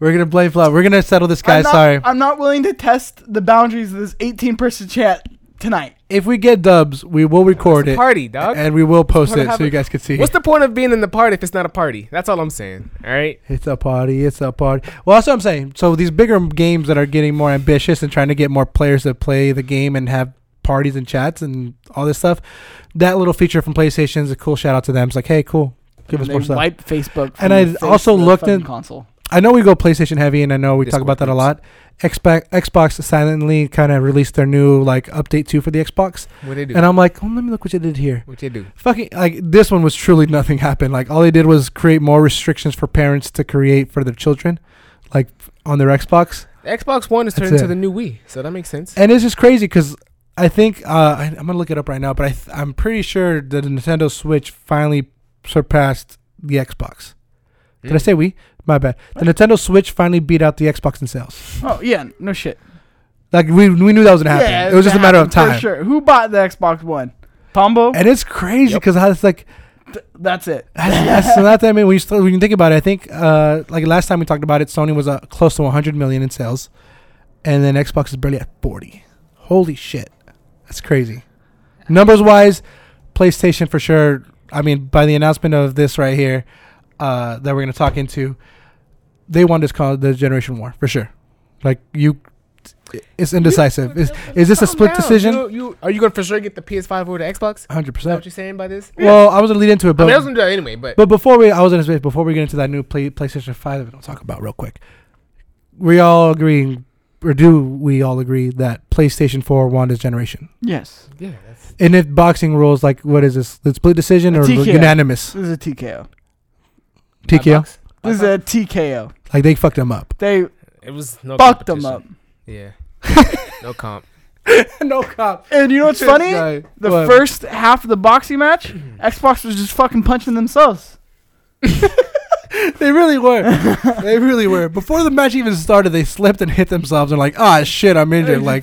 We're gonna blame flowers. We're gonna settle this guy. I'm not, Sorry. I'm not willing to test the boundaries of this 18 person chat tonight. if we get dubs, we will record It's a it. [LAUGHS] party, dog. and we will post wanna it so have you it- guys can see. What's the point of being in the party if it's not a party? That's all I'm saying. All right. It's a party. It's a party. Well, that's what I'm saying. So these bigger games that are getting more ambitious and trying to get more players to play the game and have parties and chats and all this stuff, that little feature from PlayStation is a cool shout out to them. It's like, hey, cool, give us they more stuff. wiped Facebook. And from I the face also of the looked fucking in- console. I know we go PlayStation heavy, and I know we talk Discord about that a groups. lot. Xbox, Xbox silently kind of released their new like update two for the Xbox, What they do? and I'm like, oh, let me look what you did here. What they do? fucking like this one was truly nothing happened. Like all they did was create more restrictions for parents to create for their children, like f- on their Xbox. The Xbox One is That's turned into it. the new Wii, so that makes sense. And it's just crazy because I think uh, I, I'm gonna look it up right now, but I th- I'm pretty sure the Nintendo Switch finally surpassed the Xbox. Did I Hmm. Mm. say we? My bad. The Nintendo Switch finally beat out the Xbox in sales. Oh yeah, no shit. Like we we knew that was gonna happen. Yeah, it was just a that matter of happened for time. Sure. Who bought the Xbox One? Tombo. And it's crazy Yep. because how it's like Th- that's it. That's, that's [LAUGHS] so that's I mean when you still, when you think about it, I think uh, like last time we talked about it, Sony was uh, close to 100 million in sales, and then Xbox is barely at 40. Holy shit, that's crazy. Numbers wise, PlayStation for sure. I mean, by the announcement of this right here uh, that we're gonna talk into, they won this call the generation war for sure. Like you, it's indecisive. Is is this a Calm split down. decision? You, you- are you gonna for sure get the PS5 over the Xbox? Is 100. that what percent you're saying by this? Well, I was gonna lead into it, I but mean, I was gonna do that anyway, but, But before we, I was in space. Before we get into that new play, PlayStation Five that we don't talk about real quick, we all agree or do we all agree that PlayStation 4 won this generation? Yes. Yeah, that's And if boxing rules, like what is this? The split decision or TKO. unanimous? This is a TKO. TKO. This is a TKO. Like they fucked them [LAUGHS] up. They It was no fucked them competition. up. [LAUGHS] Yeah. no comp. no cop. And you know what's This funny? guy. The What? first half of the [CLEARS THROAT] boxing match, Xbox was just fucking punching themselves. They really were. [LAUGHS] they really were. Before the match even started, they slipped and hit themselves and like, ah, shit, I'm They're injured. Like, just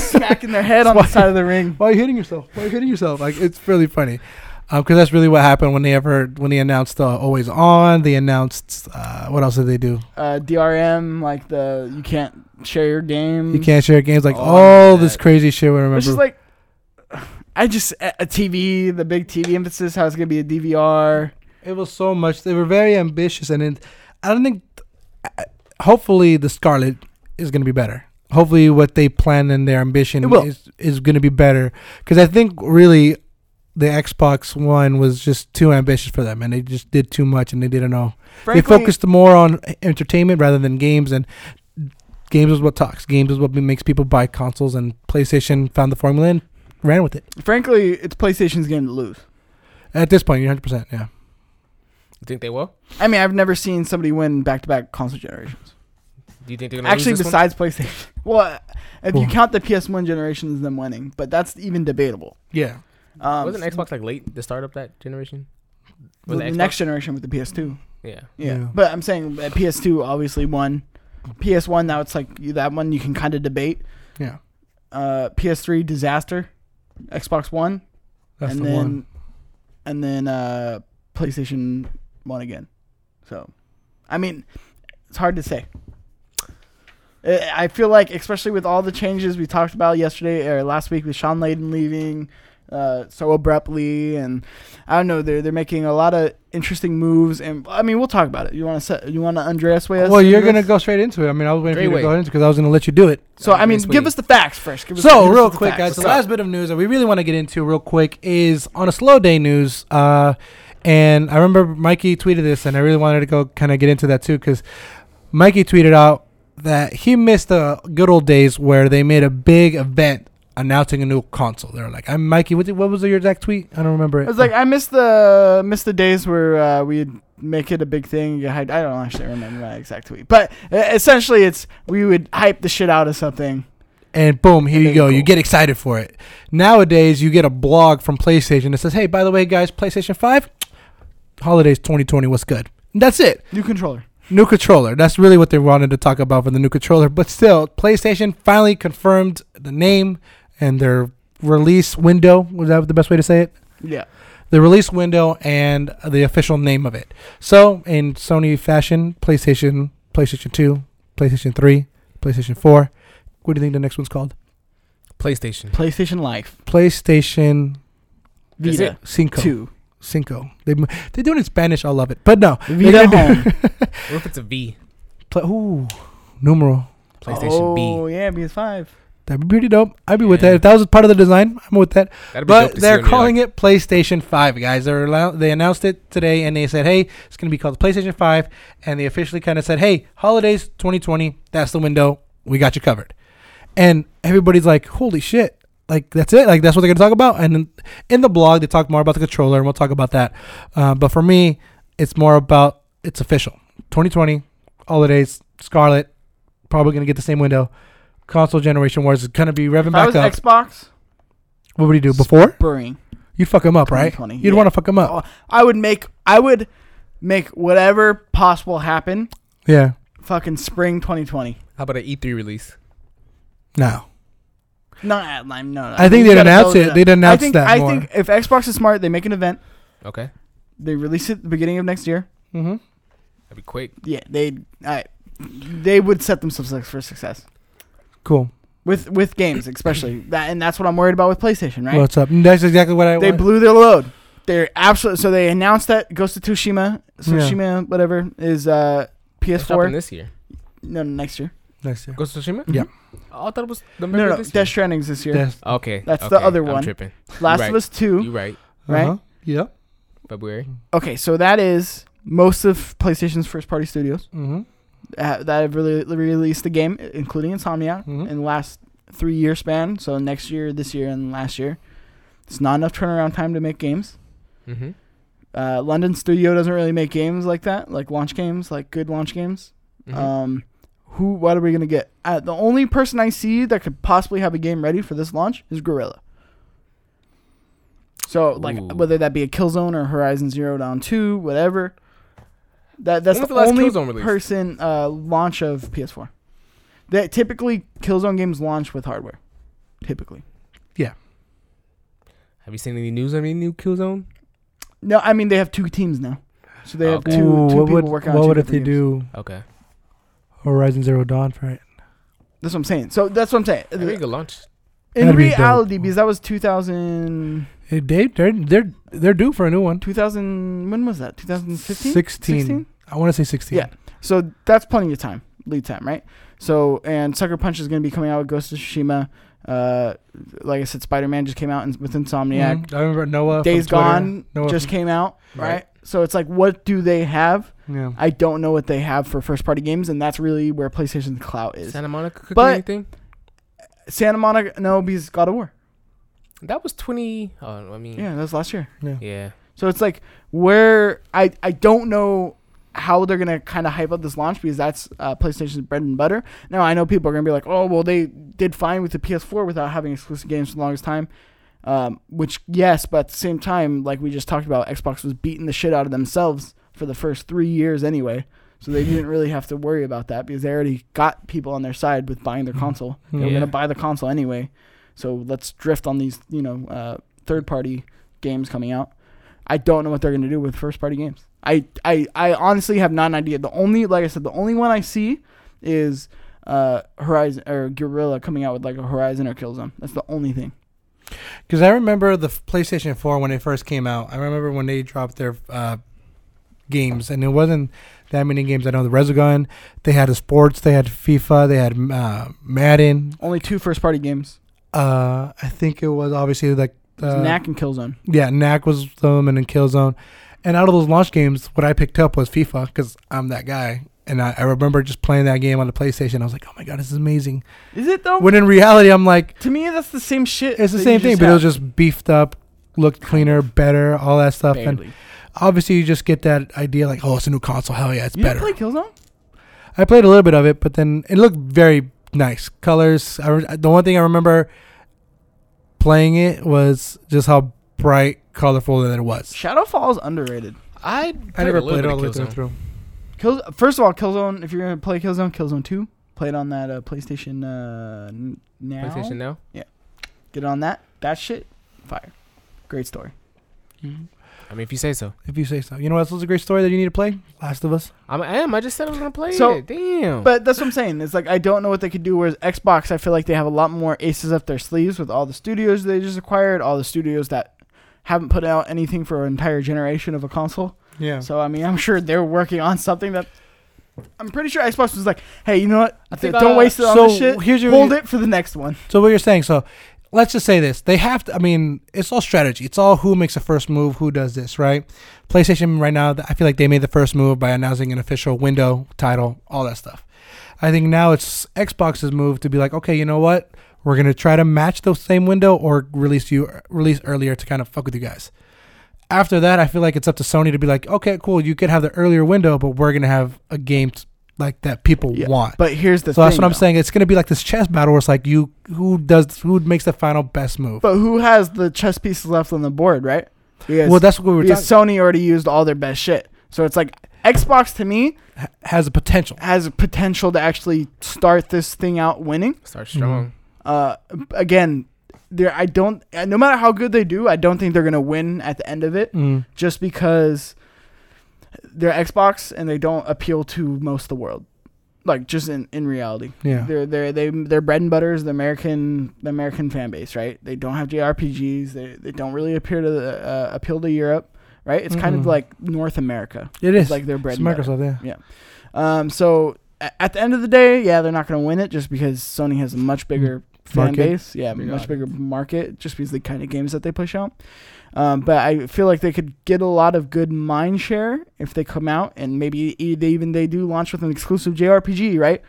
[LAUGHS] smacking their head on the side of the ring. why are you hitting yourself? Why are you hitting yourself? Like, it's really funny. Um, because that's really what happened when they ever when they announced uh, Always On. They announced uh, what else did they do? Uh, DRM, like the you can't share your game. You can't share games like Oh, all this that- crazy shit. We remember. It's just like I just a a TV, the big TV emphasis, how it's gonna be a DVR. It was so much. They were very ambitious, and it, I don't think. I- Hopefully, the Scarlet is going to be better. Hopefully, what they plan and their ambition It will. is is going to be better. Because I think really, the Xbox One was just too ambitious for them, and they just did too much, and they didn't know. Frankly, they focused more on entertainment rather than games, and games is what talks. Games is what makes people buy consoles, and PlayStation found the formula and ran with it. frankly, it's PlayStation's game to lose. At this point, you're 100. percent Yeah. You think they will? I mean, I've never seen somebody win back-to-back console generations. Do you think they're gonna Actually, lose this besides PlayStation. [LAUGHS] Well, if you Cool. count the PS1 generation as them winning, but that's even debatable. Yeah. Um, one? Wasn't Xbox like late to start up that generation? the, Was it the Xbox? next generation with the PS2? Yeah. Yeah. Yeah. But I'm saying uh, that PS2 obviously won. PS1 now it's like you- that one you can kind of debate. Yeah. Uh, PS3 disaster. Xbox One That's and the then one. and then uh PlayStation 1 again. So I mean, it's hard to say. I- I feel like especially with all the changes we talked about yesterday or last week with Sean Layden leaving uh, so abruptly and I don't know they're they're making a lot of interesting moves and I mean we'll talk about it. You want to set you want to Andreas way us Well, into you're this? gonna go straight into it. I mean, I was waiting for you Three-way. to go into because I was gonna let you do it. So I mean, Andreas give Wade. us the facts first. Give us So, give us real the quick, facts. guys, the What's up? last bit of news that we really want to get into real quick is on a slow day news. Uh, and I remember Mikey tweeted this, and I really wanted to go kind of get into that too because Mikey tweeted out that he missed the good old days where they made a big event announcing a new console. They were like, "I'm Mikey." What, did- what was your exact tweet? I don't remember it. I was like, I miss the miss the days where uh, we'd make it a big thing. You hyped- I don't actually remember my exact tweet, but uh, essentially, it's we would hype the shit out of something. and boom, here And you then go. You cool. get excited for it. Nowadays, you get a blog from PlayStation that says, "Hey, by the way, guys, PlayStation Five, holidays 2020, what's good?" And that's it. New controller. New controller. That's really what they wanted to talk about for the new controller. But still, PlayStation finally confirmed the name and their release window. Was that the best way to say it? Yeah. The release window and the official name of it. So, in Sony fashion, PlayStation, PlayStation 2, PlayStation 3, PlayStation 4. What do you think the next one's called? PlayStation. PlayStation Life PlayStation That's Vita Cinco. Two Cinco. They, they do it in Spanish. I love it. But no. They Vita don't do- Home What if it's a V? Pla- ooh, numeral. PlayStation Oh yeah, PS Five. That'd be pretty dope. I'd be with Yeah. that. If that was part of the design, I'm with that. B. That'd be dope But to see they're when you're calling like, it PlayStation 5, guys. They're allow- they announced it today and they said, hey, it's going to be called PlayStation 5. And they officially kind of said, hey, holidays 2020, that's the window. We got you covered. And everybody's like, holy shit. Like, that's it. Like, that's what they're going to talk about. And in, in the blog, they talk more about the controller and we'll talk about that. Uh, but for me, it's more about it's official. 2020, holidays, Scarlet, probably going to get the same window. Console generation wars is going to be revving If back I was up. Xbox, what would he do before? Boring. You'd fuck him up, right? 2020, You'd yeah. want to fuck him up. Oh, I would make. I would make whatever possible happen. Yeah. Fucking spring 2020. How about an E3 release? No. Not at line. No, no. I think Uh, You they'd gotta announce build it. up. They'd I announce think. that I more. think if Xbox is smart, they make an event. Okay, They release it at the beginning of next year. mm-hmm. that'd be quick. Yeah, they I, they would set themselves up for success Cool. with with games, especially that, and that's what I'm worried about with PlayStation. Right? What's up? And that's exactly what I they want. blew their load. They're absolutely so they announced that Ghost of Tsushima, Tsushima, whatever is uh That's dropping PS4. this year. No, no, next year. next year. Ghost of Tsushima. Yeah. Oh, I thought it was the No, no, no this Death year. Stranding's this year. Yes. Okay, That's the okay, other I'm one. tripping. Last Right. of Us Two. You right? Right? Uh-huh. Yep. February. Okay, so that is most of PlayStation's first party studios. Mm-hmm. ha- that have really released the game, including Insomniac, Hmm? Mhm. in the last three year span. So next year, this year, and last year. It's not enough turnaround time to make games. Mm-hmm. Uh, London studio doesn't really make games like that, like launch games, like good launch games. Mm-hmm. Um, who? What are we gonna get? Uh, the only person I see that could possibly have a game ready for this launch is Gorilla. So, like, Ooh. whether that be a Killzone or Horizon Zero Dawn Two, whatever. That that's When was the, the last only Killzone released? person uh, launch of PS4. That typically Killzone games launch with hardware. Typically, Have you seen any news on any new Killzone? no, I mean they have two teams now, so they have Okay. two two Ooh, Oh, people what would, working on what two would if they different games. do Okay, Horizon Zero Dawn for it? That's what I'm saying. So that's what I'm saying. that'd be a good launch. In That'd be dope. reality, because that was 2000, Hey, They, they're they're they're due for a new one. 2000 when was that? 2015? 16. I want to say sixteen. Yeah. So that's plenty of time, lead time, right? So and Sucker Punch is going to be coming out with Ghost of Tsushima. Uh, like I said, Spider Man just came out in, with Insomniac. Mhm. I remember Noah. Days from Twitter. Gone Noah just from- came out, Right. right. So it's like, what do they have? Yeah. I don't know what they have for first party games, and that's really where PlayStation's clout is. Santa Monica cooking But- anything? Santa Monica, no, because God of War. That was twenty. Oh, I mean, Yeah, that was last year. yeah. So it's like where I I don't know how they're gonna kind of hype up this launch because that's uh, PlayStation's bread and butter. Now I know people are gonna be like, oh well, they did fine with the PS4 without having exclusive games for the longest time. Um, which yes, but at the same time, like we just talked about, Xbox was beating the shit out of themselves for the first three years anyway, so they didn't really have to worry about that because they already got people on their side with buying their console. They were Yeah. gonna buy the console anyway, so let's drift on these, you know, uh, third-party games coming out. I don't know what they're gonna do with first-party games. I, I, I honestly have not an idea. The only, like I said, the only one I see is uh, Horizon or Guerrilla coming out with like a Horizon or Killzone. That's the only thing. Because I remember the f- PlayStation 4 when it first came out. I remember when they dropped their uh, games, and it wasn't that many games. I know the Resogun, they had a sports, they had FIFA, they had uh, Madden. Only two first-party games: Uh, I think it was obviously like It's uh, Knack and Killzone. Yeah, Knack was them, and then Killzone. And out of those launch games, what I picked up was FIFA because I'm that guy. And I, I remember just playing that game on the PlayStation. I was like, oh my God, this is amazing. Is it though? When in reality, I'm like, to me, that's the same shit. it's the that you same thing, but it had. was just beefed up, looked cleaner, better, all that stuff. And Barely. obviously you just get that idea like oh it's a new console hell yeah it's You better didn't play Killzone? i played a little bit of it but then it looked very nice colors I re- the one thing i remember playing it was just how bright colorful that it was Shadowfall is underrated. I i never played it all all the way through Kill, first of all, Killzone. If you're gonna play Killzone, Killzone Two, play it on that uh, PlayStation uh, n- now. PlayStation now. Get it on that. That shit, fire. Great story. I mean, if you say so. if you say so you know what else is a great story that you need to play last of us I'm, I am. I just said I was gonna play So- it. Damn. But that's what I'm saying. It's like I don't know what they could do. Whereas Xbox, I feel like they have a lot more aces up their sleeves with all the studios they just acquired, all the studios that haven't put out anything for an entire generation of a console. yeah So I mean, I'm sure they're working on something that. I'm pretty sure Xbox was like, "Hey, you know what? I think, don't uh, waste it on so this shit. here's your- Hold it for the next one." so what you're saying so let's just say this they have to i mean it's all strategy it's all who makes the first move who does this right playstation right now i feel like they made the first move by announcing an official window title all that stuff i think now it's xbox's move to be like okay you know what we're going to try to match the same window or release you release earlier to kind of fuck with you guys after that i feel like it's up to sony to be like okay cool you could have the earlier window but we're going to have a game t- like that people Yeah, want But here's the so thing. that's what I'm though. saying. It's gonna be like this chess battle where it's like you who does who makes the final best move. But who has the chess pieces left on the board, right? Because, well, that's what we were because talking. Sony already used all their best shit. So it's like Xbox to me Has a potential. has potential to actually start this thing out winning. Start Mm-hmm. strong. Uh, again, there I don't. uh, No matter how good they do, I don't think they're gonna win at the end of it. Mm. Just because they're Xbox and they don't appeal to most of the world, like just in in reality. Yeah. They're they're they their bread and butter is the American the American fan base, right? They don't have JRPGs. They they don't really appear to the, uh, appeal to Europe, right? It's kind of Mm-mm. like North America, It is like like their bread it's and butter. Microsoft. Yeah. Mm, Um, so a- at the end of the day, yeah, they're not going to win it just because Sony has a much bigger fan Market? base. Yeah, Big much audience. bigger market just because the kind of games that they push out. Um, but I feel like they could get a lot of good mind share if they come out and maybe e- they even they do launch with an exclusive JRPG, right?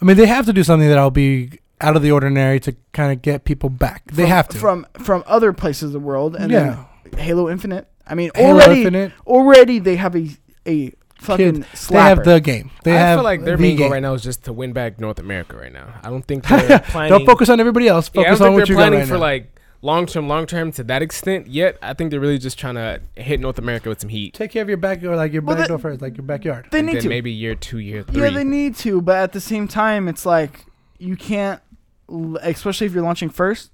I mean, they have to do something that'll be out of the ordinary to kind of get people back. They From- have to. from from other places of the world and yeah. then Halo Infinite. I mean, Halo already Infinite, already they have a a fucking slapper. they have the game. They I have feel like their the main goal game. right now is just to win back North America right now. I don't [LAUGHS] think they're planning. Don't focus on everybody else. Yeah, I don't Focus think on what they're you got planning right for now. like long term, long term to that extent yet. I think they're really just trying to hit North America with some heat. Take care of your backyard, like your Well, back that- door first, like your backyard. they And need then to maybe year two, year three. Yeah, they need to, but at the same time, it's like you can't, l- especially if you're launching first.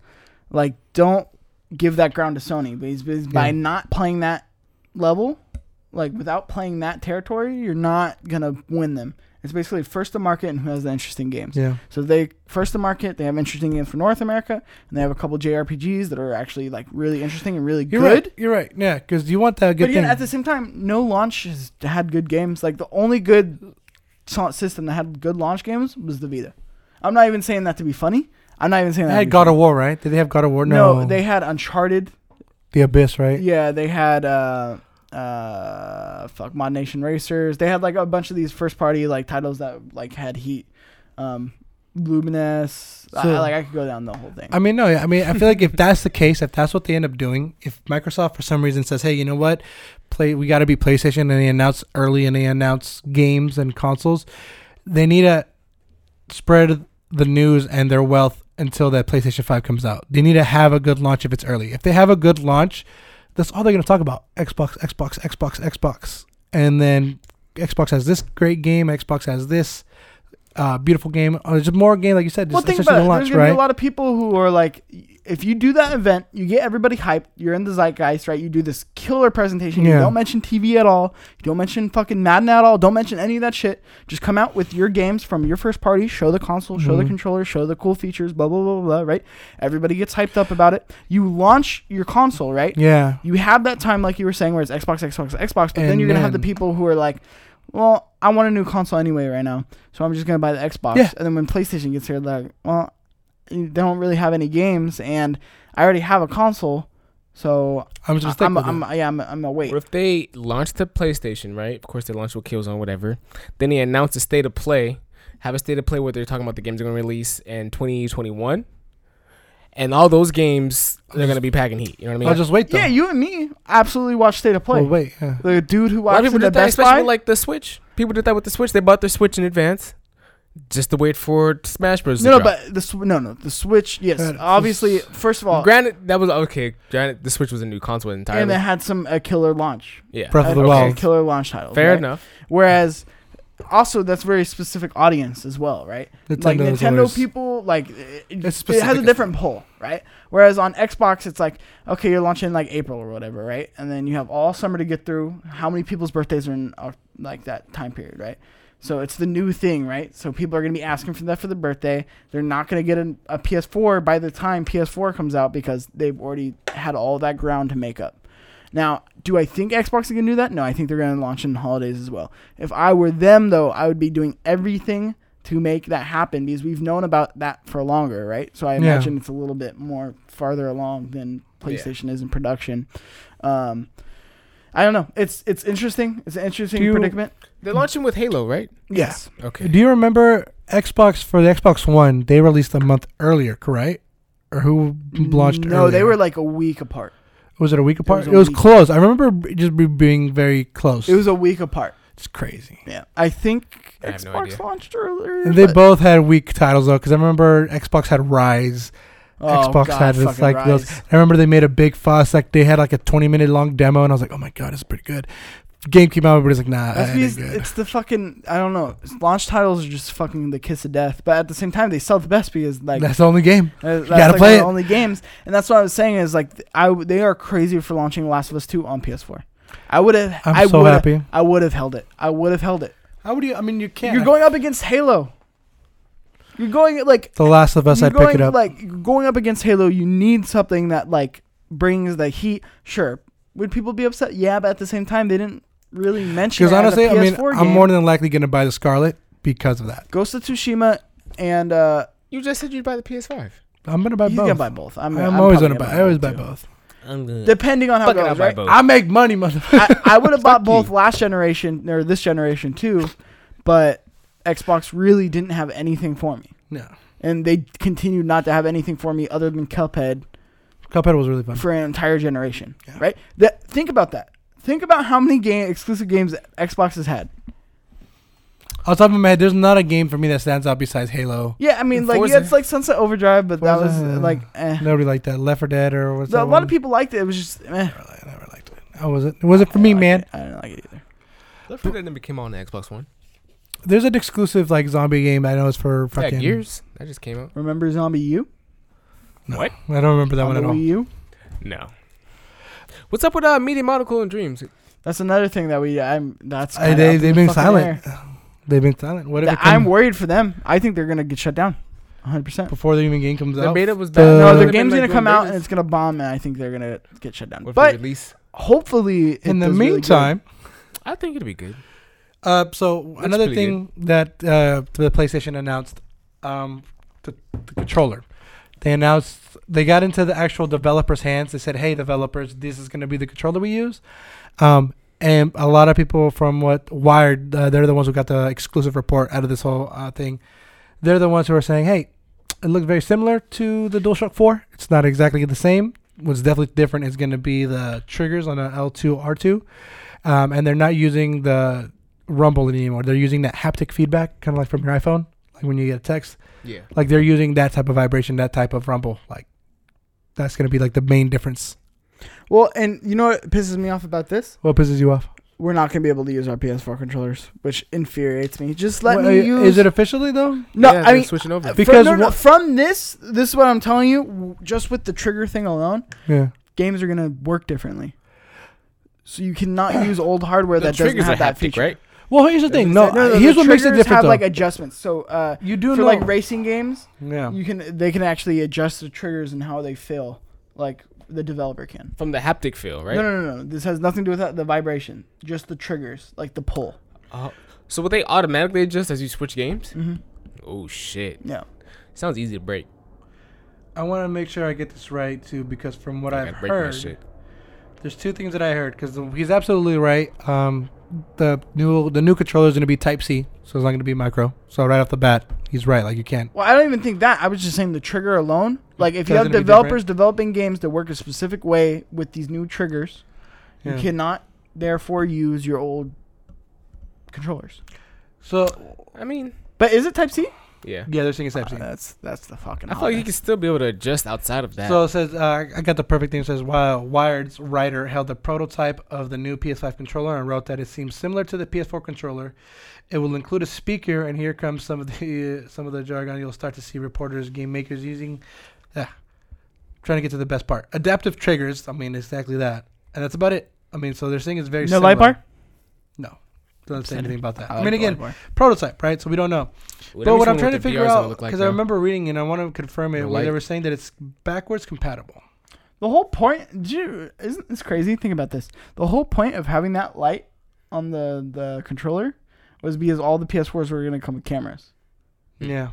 Like, don't give that ground to Sony because, because by Yeah. not playing that level, like without playing that territory, you're not gonna win them. It's basically first to market and who has the interesting games. Yeah. So they first to market, they have interesting games for North America, and they have a couple JRPGs that are actually like really interesting and really You're good. right. You're right. Yeah, because you want that good but thing. yet, at the same time, no launch has had good games. Like the only good so- system that had good launch games was the Vita. I'm not even saying that to be funny. I'm not even saying they that. to had be God of funny. War, right? Did they have God of War? No. No. they had Uncharted. the Abyss, right? Yeah, they had uh, uh, fuck Mod Nation Racers. They had like a bunch of these first party like titles that like had heat. Um, Luminous. I, So- like I could go down the whole thing. I mean, no. yeah, I mean, I feel like if that's the case, if that's what they end up doing, if Microsoft for some reason says, "Hey, you know what? Play, we got to be PlayStation," and they announce early and they announce games and consoles, they need to spread the news and their wealth until that PlayStation Five comes out. They need to have a good launch if it's early. If they have a good launch, that's all they're going to talk about: Xbox, Xbox, Xbox, Xbox, and then Xbox has this great game. Xbox has this. Uh, beautiful game. Oh, there's more game, like you said. Well, just- think it's just about a it. launch, There's gonna right? be a lot of people who are like, if you do that event, you get everybody hyped. You're in the zeitgeist, right? You do this killer presentation. You Yeah. don't mention TV at all. You don't mention fucking Madden at all. Don't mention any of that shit. Just come out with your games from your first party. Show the console. Show the Mhm. controller. Show the cool features. Blah blah blah blah. Right? Everybody gets hyped up about it. You launch your console, right? Yeah. you have that time like you were saying where it's Xbox, Xbox, Xbox, but then And you're gonna have the then- people who are like, well, I want a new console anyway right now, so I'm just gonna buy the Xbox. Yeah. And then when PlayStation gets here, they're like, well, they don't really have any games, and I already have a console, so I'm I- just I'm, thinking. I'm, yeah, I'm, I'm a wait. Or if they launch the PlayStation, right? Of course, they launch with Killzone, whatever. Then they announce a state of play, have a state of play where they're talking about the games they're going to release in 2021. And all those games, they're going to be packing heat. You know what I mean? I'll just wait though. Yeah, you and me absolutely watch State of Play. Well, wait. Yeah. the dude who a lot of watched people it at did that, Best especially Buy. with, like the Switch. People did that with the Switch. They bought their Switch in advance just to wait for Smash Bros. no, no, to drop. but the sw- no, no, the Switch. Yes, God, obviously. this- First of all, granted, that was okay. Granted, the Switch was a new console and uh, it entirely. had some a killer launch. Yeah, Breath of the A- a Wild. killer launch title. fair right? enough. Whereas, also that's very specific audience as well, right? like Nintendo's Nintendo always- people, like it, It's it has a specific. different pull, right? Whereas on Xbox, it's like okay, you're launching like April or whatever, right? And then you have all summer to get through. How many people's birthdays are in are, like that time period, right? So it's the new thing, right? So people are gonna be asking for that for the birthday. They're not gonna get an, a PS4 by the time PS4 comes out because they've already had all that ground to make up. Now, do I think Xbox is going to do that? No, I think they're going to launch in holidays as well. If I were them, though, I would be doing everything to make that happen because we've known about that for longer, right? So I Yeah. imagine it's a little bit more farther along than PlayStation is in production. Um, I don't know. It's it's interesting. It's an interesting Do you- predicament. They're launching with Halo, right? Yeah. Yes. Okay. Do you remember Xbox for the Xbox One? They released a month earlier, correct? Or who launched? No, earlier? they were like a week apart. Was it a week apart? was It a was, week. close. I remember b- just be being very close. It was a week apart. It's crazy. Yeah. I think I have no Xbox idea. launched earlier. And they but- both had weak titles though, because I remember Xbox had Rise. Oh, Xbox God, had this fucking like those. Rise. I remember they made a big fuss. Like they had like a 20 minute long demo, and I was like, oh my god, it's pretty good. Game came out, everybody's like, nah, That's Ah, that ain't because good. it's the fucking I don't know. Launch titles are just fucking the kiss of death, but at the same time they sell the best because like That's the only game. uh, that's gotta like play their it. only games, and that's what I was saying is like th- I w- they are crazy for launching Last of Us Two on PS4. I would have. I'm I so would've- happy. I would have held it. I would have held it. How would you? I mean, you can't. You're going up against Halo. You're going like The Last of Us, you're I'd going, pick it up. Like going up against Halo, you need something that like brings the heat. Sure, would people be upset? Yeah, but at the same time, they didn't really mention. Because Because honestly, a I mean, PS4 game. I'm more than likely going to buy the Scarlet because of that. Ghost of Tsushima and uh, You just said you'd buy the PS5. I'm gonna buy He's both. gonna buy both. I'm, I'm, always probably gonna buy. I always buy too. both. I'm good. Depending on how it Fucking I'll goes, buy right? both. I make money, motherfucker. I, I would have bought Fuck both you. last generation or this generation too, but Xbox really didn't have anything for me, [LAUGHS] no, and they continued not to have anything for me other than Cuphead Cuphead was really fun. for an entire generation. Yeah. Right? That think about that. Think about how many game exclusive games Xbox has had. Off the top of my head, there's not a game for me that stands out besides Halo. Yeah, I mean, And like yeah, Forza. it's like Sunset Overdrive, but that was Forza, uh, yeah. like eh. Nobody liked that. Left 4 Dead or what's So that? a lot of people liked it. It was just eh. people. I never liked it. I was it. Was it for me, I didn't like man? it. I didn't like it either. Left 4 Dead never came out on the Xbox One. There's an exclusive like zombie game I know is for Yeah, fucking Gears. That just came out. Remember Zombie U? No, What? I don't remember that On one the at all. Wii U. No. What's up with uh, Media Monocle and Dreams? That's another thing that we. I'm. That's. I, kinda Uh, up they in they've the been fucking air. silent. They've been silent. Whatever. Th- I'm comes worried for them. I think they're gonna get shut down. 100. percent before the even game comes The out. beta was the- bad. Uh, No, they've their been, game's gonna come out and it's gonna bomb, and I think they're gonna get shut down. but But release. hopefully, it In the does really good. meantime, I think it'll be good. Uh, so another pretty thing that uh, the PlayStation announced, um, the, the controller. They announced they got into the actual developers' hands. They said, "Hey, developers, this is going to be the controller we use." Um, and a lot of people from what Wired, uh, they're the ones who got the exclusive report out of this whole uh, thing. They're the ones who are saying, "Hey, it looks very similar to the DualShock 4. It's not exactly the same. What's definitely different is going to be the triggers on a L2 R2, um, and they're not using the rumble anymore. They're using that haptic feedback, kind of like from your iPhone, like when you get a text. Yeah. Like they're using that type of vibration, that type of rumble. Like that's gonna be like the main difference. Well, and you know what pisses me off about this? What pisses you off? We're not gonna be able to use our PS4 controllers, which infuriates me. Just let What- me uh, use. Is it officially though? no, yeah, I they're mean. switching over. From, Because no, no, no, what- from this, this is what I'm telling you. w- Just with the trigger thing alone, Yeah. games are gonna work differently. So [COUGHS] you cannot use old hardware the that doesn't triggers have are that haptic, feature. right? Well, here's the That's thing. No, what they said. No, uh, here's what makes it triggers different have though. like adjustments. So uh, you do for know. Oh. like racing games, yeah. you can they can actually adjust the triggers and how they feel, like the developer can. From the haptic feel, right? No, no, no, no. This has nothing to do with that, the vibration. Just the triggers, like the pull. Oh. so would they automatically adjust as you switch games? Mm-hmm. Oh shit. Yeah. Sounds easy to break. I want to make sure I get this right too, because from what I I've gotta break heard, my shit. there's two things that I heard because he's absolutely right. Um, the new the new controller is going to be Type C, so it's not going to be micro. So right off the bat, he's right. Like you can't. Well, I don't even think that. I was just saying the trigger alone. Like if you Doesn't have it be developers developing games that work a specific way with these new triggers, Yeah. you cannot therefore use your old controllers. So I mean, But is it Type C? yeah. yeah, they're saying it's Type C. Uh, that's that's the fucking. I feel like you can still be able to adjust outside of that. So it says, uh, I got the perfect thing. It says, while Wired's writer held the prototype of the new PS5 controller and wrote that it seems similar to the PS4 controller. It will include a speaker, and here comes some of the [LAUGHS] uh, some of the jargon you'll start to see reporters, game makers using. Yeah, trying to get to the best part. Adaptive triggers. I mean, exactly that, and that's about it. I mean, so they're saying it's very no similar. light bar. No, doesn't say anything about that. I, I like mean, the again, light bar. prototype, right? So we don't know. Well, that But what I'm makes me wonder trying to the figure VR is gonna out, look because like I now. remember reading and I want to confirm it, The where they light. were saying that it's backwards compatible. The whole point, dude, isn't this crazy? Think about this. The whole point of having that light on the the controller was because all the PS4s were gonna come with cameras, Hmm. Yeah,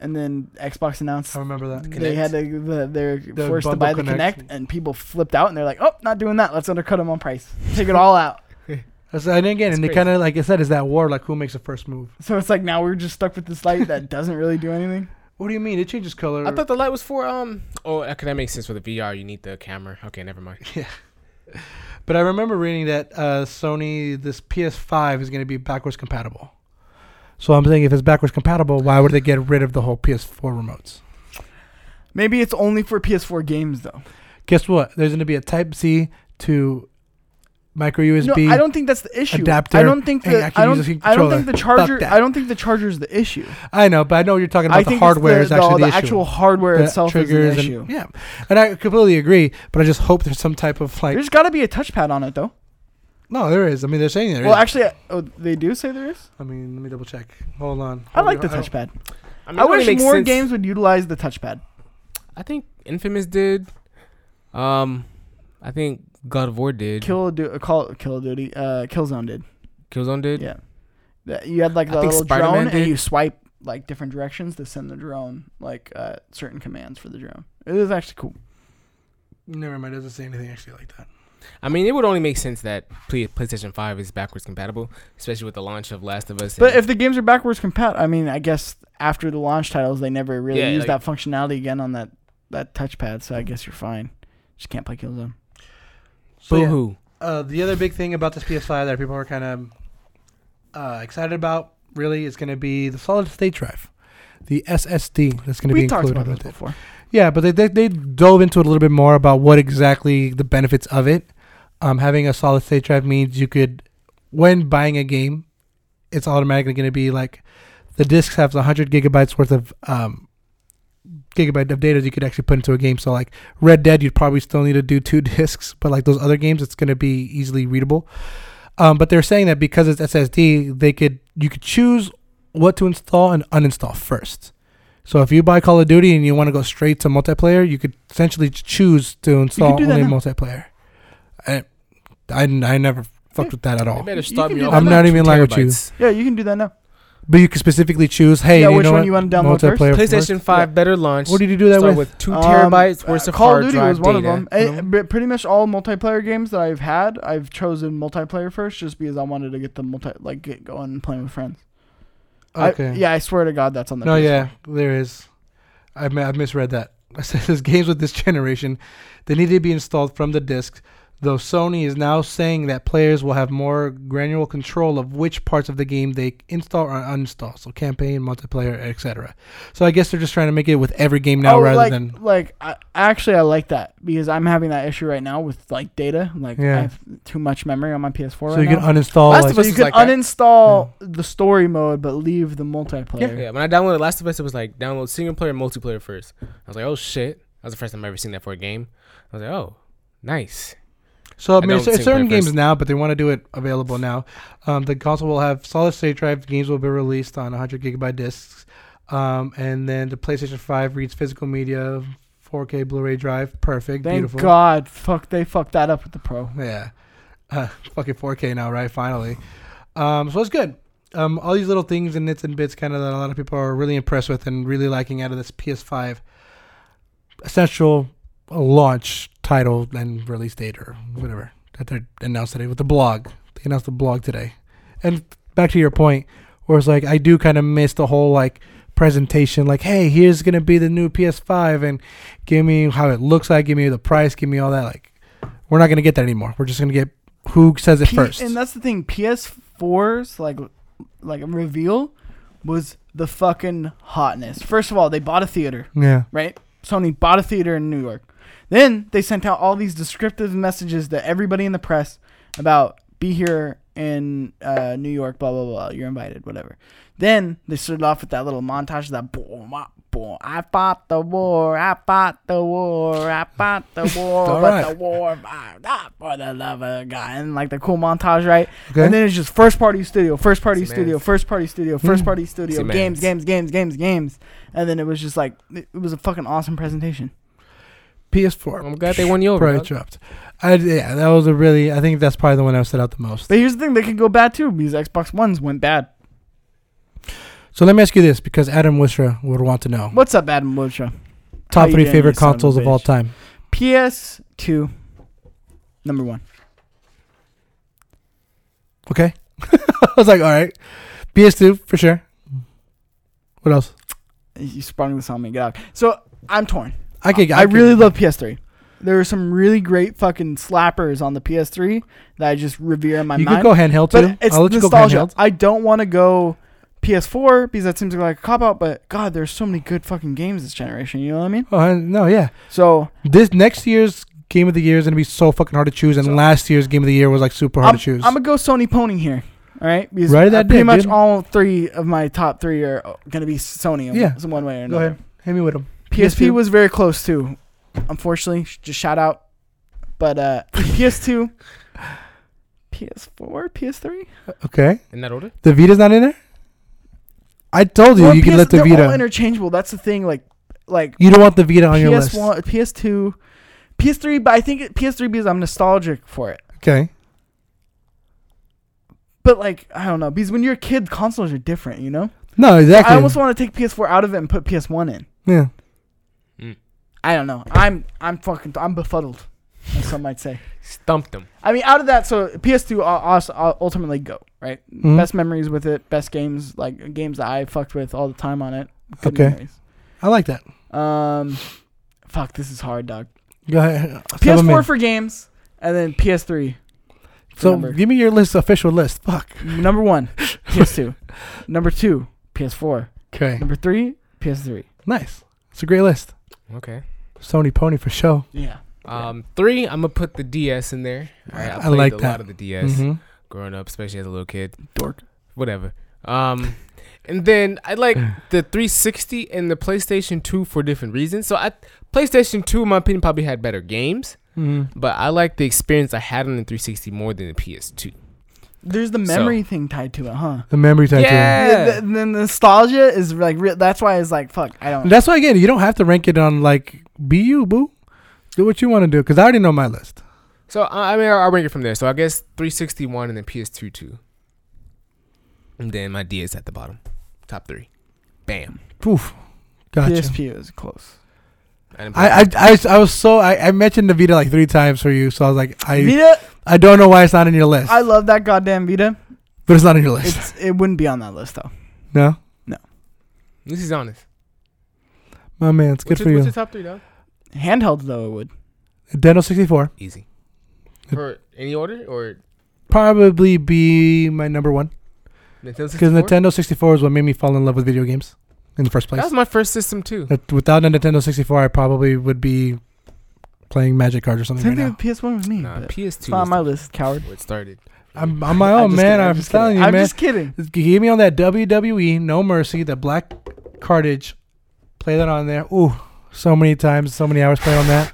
and then Xbox announced I remember that. they had to the, they're The forced bundle to buy the Kinect. Connect, and people flipped out, and they're like, "Oh, not doing that. Let's undercut them on price. Take it all out." [LAUGHS] That's, and again, That's and they crazy. kind of like I said, is that war like who makes the first move? So it's like now we're just stuck with this [LAUGHS] light that doesn't really do anything. What do you mean? It changes color. I Mm. thought the light was for um. Oh, okay, that makes sense for the VR. You need the camera. Okay, never mind. but I remember reading that uh, Sony this PS5 is going to be backwards compatible. So I'm saying if it's backwards compatible, why would they get rid of the whole PS4 remotes? Maybe it's only for PS4 games though. Guess what? There's going to be a Type C to micro No, USB. I don't think that's the issue. adapter, I don't think hey, the I can I use this don't I don't think controller. the charger that. I don't think the charger is the issue. I know, but I know you're talking about I the think hardware it's is the, actually the, the, the issue. actual hardware The itself is triggers and- the issue. yeah, and I completely agree. But I just hope there's some type of like There's got to be a touchpad on it though. no, there is. I mean, they're saying there is. well, actually, I- oh, they do say there is. I mean, let me double check. Hold on. I like the touchpad. touchpad. mean, I Oh, it only wish makes more sense- games would utilize the touchpad. I think Infamous did. Um, I think God of War did. Kill of du- uh, Call Kill of Duty, uh, Killzone did. Killzone did. Yeah, That- you had like I the think little Spider-Man drone did. and you swipe like different directions to send the drone like uh, certain commands for the drone. It is actually cool. Never mind. It doesn't say anything actually like that. I mean, it would only make sense that Play- PlayStation 5 is backwards compatible, especially with the launch of Last of Us. But and- if the games are backwards compatible, I mean, I guess after the launch titles, they never really Yeah, used like- that functionality again on that that touchpad. So I guess you're fine. Just can't play Killzone. So, yeah. Boo-hoo. Uh, the other big thing about this PS5 that people are kind of uh, excited about, really, is going to be the solid state drive, the SSD that's going to be We talked included about this with it. before. Yeah, but they, they they dove into it a little bit more about what exactly the benefits of it. Um, having a solid state drive means you could, when buying a game, it's automatically going to be like the discs have 100 gigabytes worth of um, gigabyte of data you could actually put into a game. So like Red Dead, you'd probably still need to do two [LAUGHS] discs, but like those other games, it's going to be easily readable. Um, but they're saying that because it's SSD, they could you could choose what to install and uninstall first. So if you buy Call of Duty and you want to go straight to multiplayer, you could essentially ch- choose to install do that only now. multiplayer. I, I, I never fucked with that at They all. better You start can me do off that. with I'm not two Oh. even lying with you. terabytes. Yeah, you can do that now. But you could specifically choose, hey, Yeah, you which know one what? you wanna download first? multiplayer PlayStation 5 better launch. What do you do that start with? with? two Um, terabytes worth uh, of hard drive one data. of them. Eh, but pretty much all multiplayer games that I've had, I've chosen multiplayer first just because I wanted to get the multi like get going and playing with friends. I- Okay. uh, yeah, I swear to God, that's on the. No, PS4. yeah, there is. I mi- I misread that. [LAUGHS] I said there's games with this generation that need to be installed from the disc. Though Sony is now saying that players will have more granular control of which parts of the game they install or uninstall, so campaign, multiplayer, etc. So I guess they're just trying to make it with every game now, oh, rather like, than like I, actually, I like that because I'm having that issue right now with like data. Like Yeah. I have too much memory on my PS4 so right you can now. uninstall. Last like- of Us so you is can like that. uninstall the story mode but leave the multiplayer. Yeah, when I downloaded Last of Us, it was like download single player and multiplayer first. I was like, oh shit. That was the first time I've ever seen that for a game. I was like, oh, nice. So I I mean, don't cer- think certain they're games first. now, but they want to do it available now. Um, the console will have solid state drive. Games will be released on 100 gigabyte discs, um, and then the PlayStation 5 reads physical media, 4K Blu-ray drive. Perfect, Thank beautiful. God, fuck, they fucked that up with the pro. Yeah, [LAUGHS] uh, fucking 4K now, right? Finally. Um, so it's good. Um, all these little things and nits and bits, kind of that a lot of people are really impressed with and really liking out of this PS5 essential launch title and release date or whatever that they announced today with the blog. They announced the blog today. And back to your point, where it's like I do kind of miss the whole like presentation, like hey, here's gonna be the new PS5 and give me how it looks like, give me the price, give me all that. Like we're not gonna get that anymore. We're just gonna get who says it P- first. And that's the thing. PS4's like like reveal was the fucking hotness. First of all, they bought a theater, yeah. right? Sony bought a theater in New York. Then they sent out all these descriptive messages to everybody in the press about be here in uh, New York, blah blah blah. You're invited, whatever. Then they started off with that little montage of that boom, ah, boom. I fought the war, I fought the war, I fought the [LAUGHS] war, All but right. the war, ah, ah, for the love of God, and like the cool montage, right? Okay. And then it's just first party studio, first party It's studio, immense. first party studio, first Mm. party studio, It's immense. games, games, games, games, games. And then it was just like it it was a fucking awesome presentation. PS4. I'm glad they won you over. Price dog. dropped. I, yeah, that was a really. I think that's probably the one I stood out the most. But here's the thing, they could go bad too because Xbox Ones went bad. So let me ask you this, because Adam Wishra would want to know What's up, Adam Woodshire? How top you three doing, you favorite son of a consoles of all bitch? time. PS2, number one. Okay. [LAUGHS] I was like, all right. PS2 for sure. What else? You sprung this on me, God. So I'm torn. I could. I, could- really love PS3. There are some really great fucking slappers on the PS3 that I just revere in my You mind. could go handheld but too. it's I'll let you go nostalgia. handheld. I don't want to go PS4 because that seems like a cop out. But God, there's so many good fucking games this generation. You know what I mean? Oh I- no, yeah. So This next year's game of the year is gonna be so fucking hard to choose, and So- last year's game of the year was like super hard I'm, to choose. I'm gonna go Sony Pony here. All right, because Right at uh, that pretty dick, much dude. all three of my top three are gonna be Sony. in Yeah. one way or go another. ahead, hit me with them. PSP PS2. was very close too. Unfortunately, sh- just shout out. But uh, PS2, PS4, PS3. Okay. In that order? The Vita's not in there. I told you Well, you PS can let the they're Vita. all interchangeable. That's the thing. Like, like you don't want the Vita on your list. PS1, PS2, PS3. But I think it- PS3 because I'm nostalgic for it. Okay. But like I don't know because when you're a kid, consoles are different, you know. No, exactly. I almost want to take PS4 out of it and put PS1 in. yeah. I don't know. I'm I'm fucking I'm befuddled, as some might say. Stumped him. I mean, out of that, so PS2 al- also al- ultimately go right. Mhm. Best memories with it. Best games like games that I fucked with all the time on it. Good Okay. memories. I like that. Um, fuck, this is hard, dog. Go ahead. Sub 'em in. PS4 for games, and then PS3 for So number. give me your list, official list. Fuck. number one, PS2. number two, PS4. Okay. Number three, PS3. Nice. It's a great list. Okay. Sony Pony for show. Yeah. Um, three. I'm gonna put the DS in there. All right, I I, played like a that. lot of the DS Mhm. growing up, especially as a little kid. Dork. Whatever. Um, and then [SIGHS] I like the 360 and the PlayStation 2 for different reasons. So I PlayStation 2, in my opinion, probably had better games, Mm-hmm. Mhm. but I like the experience I had on the 360 more than the PS2. There's the memory thing tied to it, huh? The memory tattoo. Yeah. The, the, the nostalgia is like real. That's why it's like fuck. I don't. That's why again, you don't have to rank it on like be you, boo. Do what you want to do, cause I already know my list. So I I mean, I'll I'll rank it from there. So I guess 361 and then PS2 two, and then my DS at the bottom, top three. Bam. Poof. Gotcha. PSP is close. didn't play I, I, I, I was so I, I mentioned the Vita like three times for you, so I was like I Vita, I don't know why it's not in your list, I love that goddamn Vita. but it's not in your list. It's it wouldn't be on that list though. No, this is honest. my man, it's good what's for your, you. What's your top three, dog? Handheld though it would. Deno sixty four Easy. For any order or probably be my number one Nintendo 64? because Nintendo sixty four is what made me fall in love with video games in the first That place. was my first system too. That- Without a Nintendo sixty four, I probably would be playing Magic cards or something Same right thing now. with PS1 with me. Nah, but PS2 it's not on was my list, coward. [LAUGHS] where it started. I'm on [LAUGHS] my own, just Oh, man. kidding, I'm just telling kidding. you, I'm man. just kidding. Give me on that WWE No Mercy, the black cartage. Play that on there. Ooh, so many times, so many hours playing on that.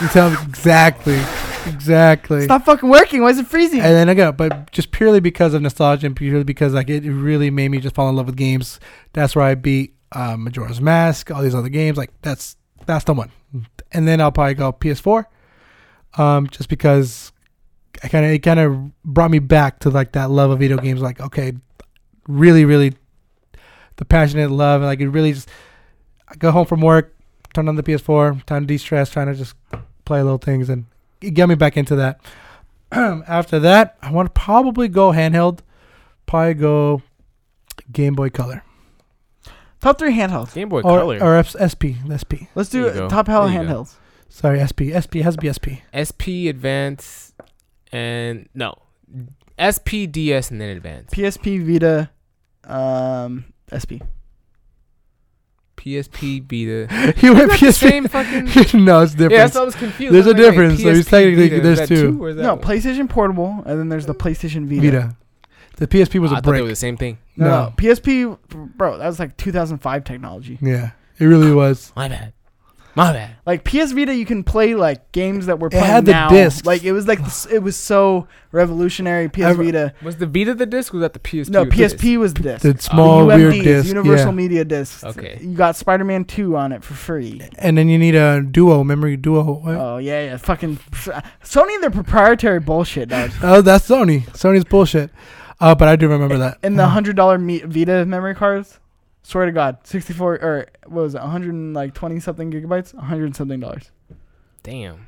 You tell me exactly, exactly. Stop fucking working. Why is it freezing? And then I go, but just purely because of nostalgia and purely because like it really made me just fall in love with games. That's where I beat uh, Majora's Mask, all these other games. Like that's that's the one. And then I'll probably go PS4, um, just because I kind of it kind of brought me back to like that love of video games. Like okay, really, really, the passionate love and like it really just. I go home from work, turn on the PS4, time to de-stress, trying to just play little things, and it got me back into that. [CLEARS THROAT] After that, I want to probably go handheld. Probably go Game Boy Color Top three handhelds. Game Boy or Color. or F- SP, SP. Let's There do you go. top hell There you go. handhelds. Sorry, SP, SP has to be [LAUGHS] SP. SP Advance and no. SP DS and then Advance. PSP, Vita, um, SP. [LAUGHS] PSP Vita. He went Isn't that the PS3. same [LAUGHS] fucking no, it's different. Yeah, that's why I was confused. There's I a was like, wait, difference, so PSP it's technically- Vita, is there's that two. Or is that No, one? PlayStation Portable, and then there's the PlayStation Vita. Vita. The PSP was Ah, I a thought they break. were the same thing. No, no. no, PSP, bro, that was like 2005 technology. Yeah, it really was. My bad. My bad. Like PS Vita, you can play like games that were It playing had the now. discs. Like it was like this, it was so revolutionary. PS I- Vita, Was the Vita the disc? Or was that the PSP? no with disc? PSP was disc. The small the weird UMDs, disc. Universal yeah. Media Discs. Okay. You got Spider Man 2 on it for free. And then you need a duo, memory duo. What? Oh, yeah, yeah. Fucking Sony and their proprietary bullshit, dog. Oh, that's Sony. Sony's bullshit. Uh, but I do remember that. And the hundred dollar me- Vita memory cards. Swear to God, sixty four or what was it, one hundred and like twenty something gigabytes, one hundred something dollars. Damn.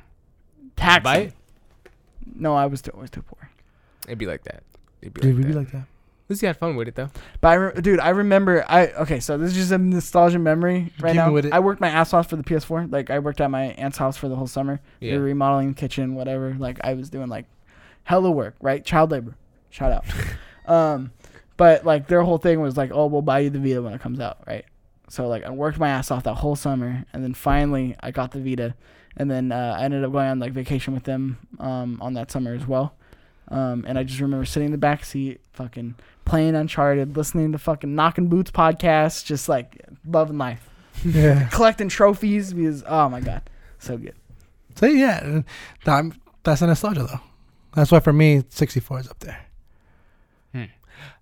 Tax. Buy it? No, I was too, always too poor. It'd be like that. It'd be Dude, like we'd that. be like that. [LAUGHS] At least you had fun with it though. But I re- dude, I remember. I okay, so this is just a nostalgia memory right Give me now. with it. I worked my ass off for the PS4. Like I worked at my aunt's house for the whole summer. Yeah. They were remodeling the kitchen, whatever. Like I was doing like hella work, right? Child labor. Shout out. um, but like their whole thing was like, oh, we'll buy you the Vita when it comes out, right? So like I worked my ass off that whole summer, and then finally I got the Vita, and then uh, I ended up going on like vacation with them um, on that summer as well. Um, and I just remember sitting in the back seat, fucking playing Uncharted, listening to fucking Knockin' Boots podcast, just like loving life, Yeah. collecting trophies because oh my god, so good. So yeah, uh, that, that's a nostalgia though. That's why for me, 64 is up there.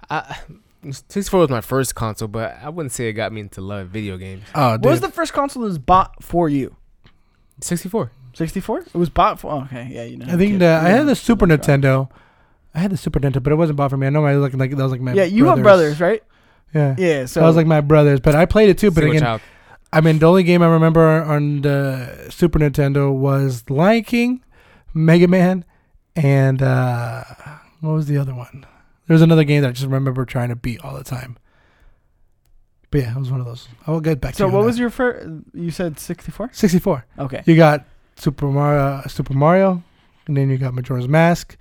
I, 64 was my first console, but I wouldn't say it got me into love of video games. Oh, dude. What was the first console that was bought for you? 64. 64? It was bought for. oh, okay, yeah, you know. I think the, I had the Super Nintendo, I had the Super Nintendo, but it wasn't bought for me. I know my like like that was like my yeah, you have brothers, right? Yeah. Yeah. So So that was like my brothers, but I played it too. But Single again, child. I mean, the only game I remember on the Super Nintendo was Lion King, Mega Man, and uh, what was the other one? There was another game that I just remember trying to beat all the time. But yeah, it was one of those. I will get back to So you. what was your first? You said sixty-four. 64? Okay. You got Super Mario, uh, Super Mario, and then you got Majora's Mask.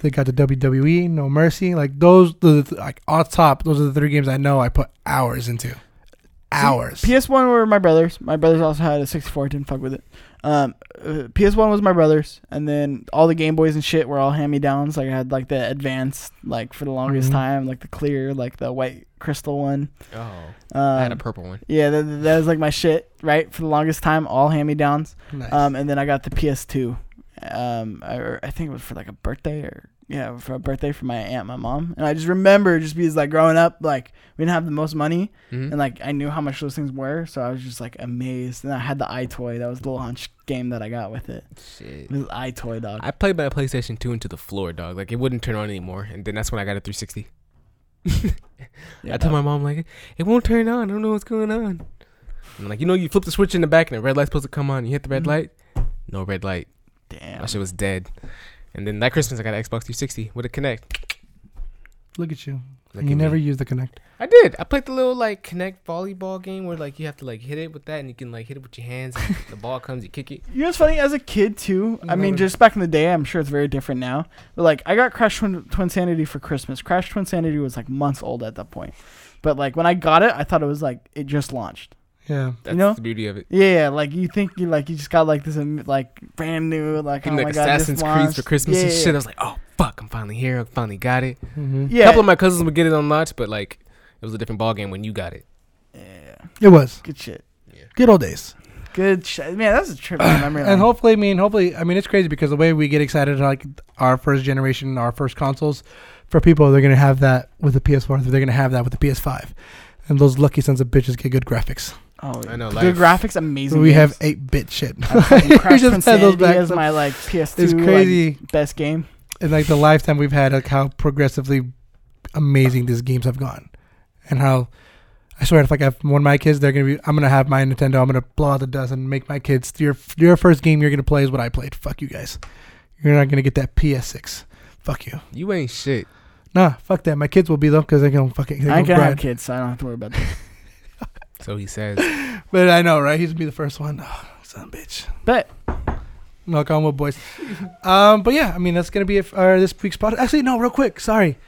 They got the WWE, No Mercy. Like those, the, the- like on top, those are the three games I know I put hours into. Hours. PS One were my brothers. My brothers also had a sixty-four. Didn't fuck with it. Um, uh, PS One was my brothers, and then all the Game Boys and shit were all hand-me-downs. Like I had like the advanced, like for the longest Mhm. time, like the clear, like the white crystal one. Oh, Um, I had a purple one. yeah, that, that was like my shit, right? For the longest time, all hand-me-downs. Nice. Um, and then I got the PS2. Um, I, or I think it was for like a birthday or yeah, for a birthday for my aunt, my mom. And I just remember just because like growing up, like we didn't have the most money, Mhm. and like I knew how much those things were, so I was just like amazed. And I had the iToy. That was the launch game that I got with it. Shit. It was iToy dog. I played my PlayStation 2 into the floor, dog. Like it wouldn't turn on anymore, and then that's when I got a [LAUGHS] 360. Yeah, I told dog. my mom like, it won't turn on. I don't know what's going on. I'm like, you know, you flip the switch in the back, and the red light's supposed to come on. You hit the red Mhm. light, no red light. Damn. That shit was dead. And then that Christmas, I got an Xbox 360 with a Connect. Look at you. Look and at you me. never use the Connect. I did. I played the little like Connect volleyball game where like you have to like hit it with that, and you can like hit it with your hands. the [LAUGHS] ball comes, you kick it. You know what's funny? As a kid too, I mean, Mhm. just back in the day, I'm sure it's very different now. But like, I got Crash Twin, Twin Sanity for Christmas. Crash Twin Sanity was like months old at that point. But like when I got it, I thought it was like it just launched. Yeah. That's know? the beauty of it. Yeah, like you think you like you just got like this um, like brand new like Even oh like my god, Assassin's just Creed launched. for Christmas yeah, and yeah, shit. I was like, oh fuck, I'm finally here. I finally got it. Mm-hmm. A Yeah, couple of my cousins would get it on launch, but like it was a different ball game when you got it. yeah, It was good shit, good old days. good shit. Man, that's a trip to [CLEARS THROAT] memory. And lane. hopefully, I mean, hopefully, I mean, it's crazy because the way we get excited, like our first generation, our first consoles, for people, they're gonna have that with the PS4. They're gonna have that with the PS5. And those lucky sons of bitches get good graphics. oh, I know, good life. graphics, amazing. we have games. eight bit shit. I [LAUGHS] fucking Crash just had those Insanity back as up. my like PS2 It's like, crazy, best game. in like the lifetime we've had, like how progressively amazing these games have gone, and how I swear, if like I have one of my kids, they're gonna be, I'm gonna have my Nintendo, I'm gonna blow out the dust and make my kids your your first game you're gonna play is what I played. Fuck you guys, you're not gonna get that PS6. Fuck you. You ain't shit. Nah, fuck that. My kids will be though, because they can fucking they I can can have grind. kids, so I don't have to worry about that. So he says. But I know, right? He's gonna be the first one. Oh, son of a bitch. But Knock on wood, boys. um, but yeah, I mean that's gonna be it for uh, this week's podcast. Actually, no, real quick. Sorry,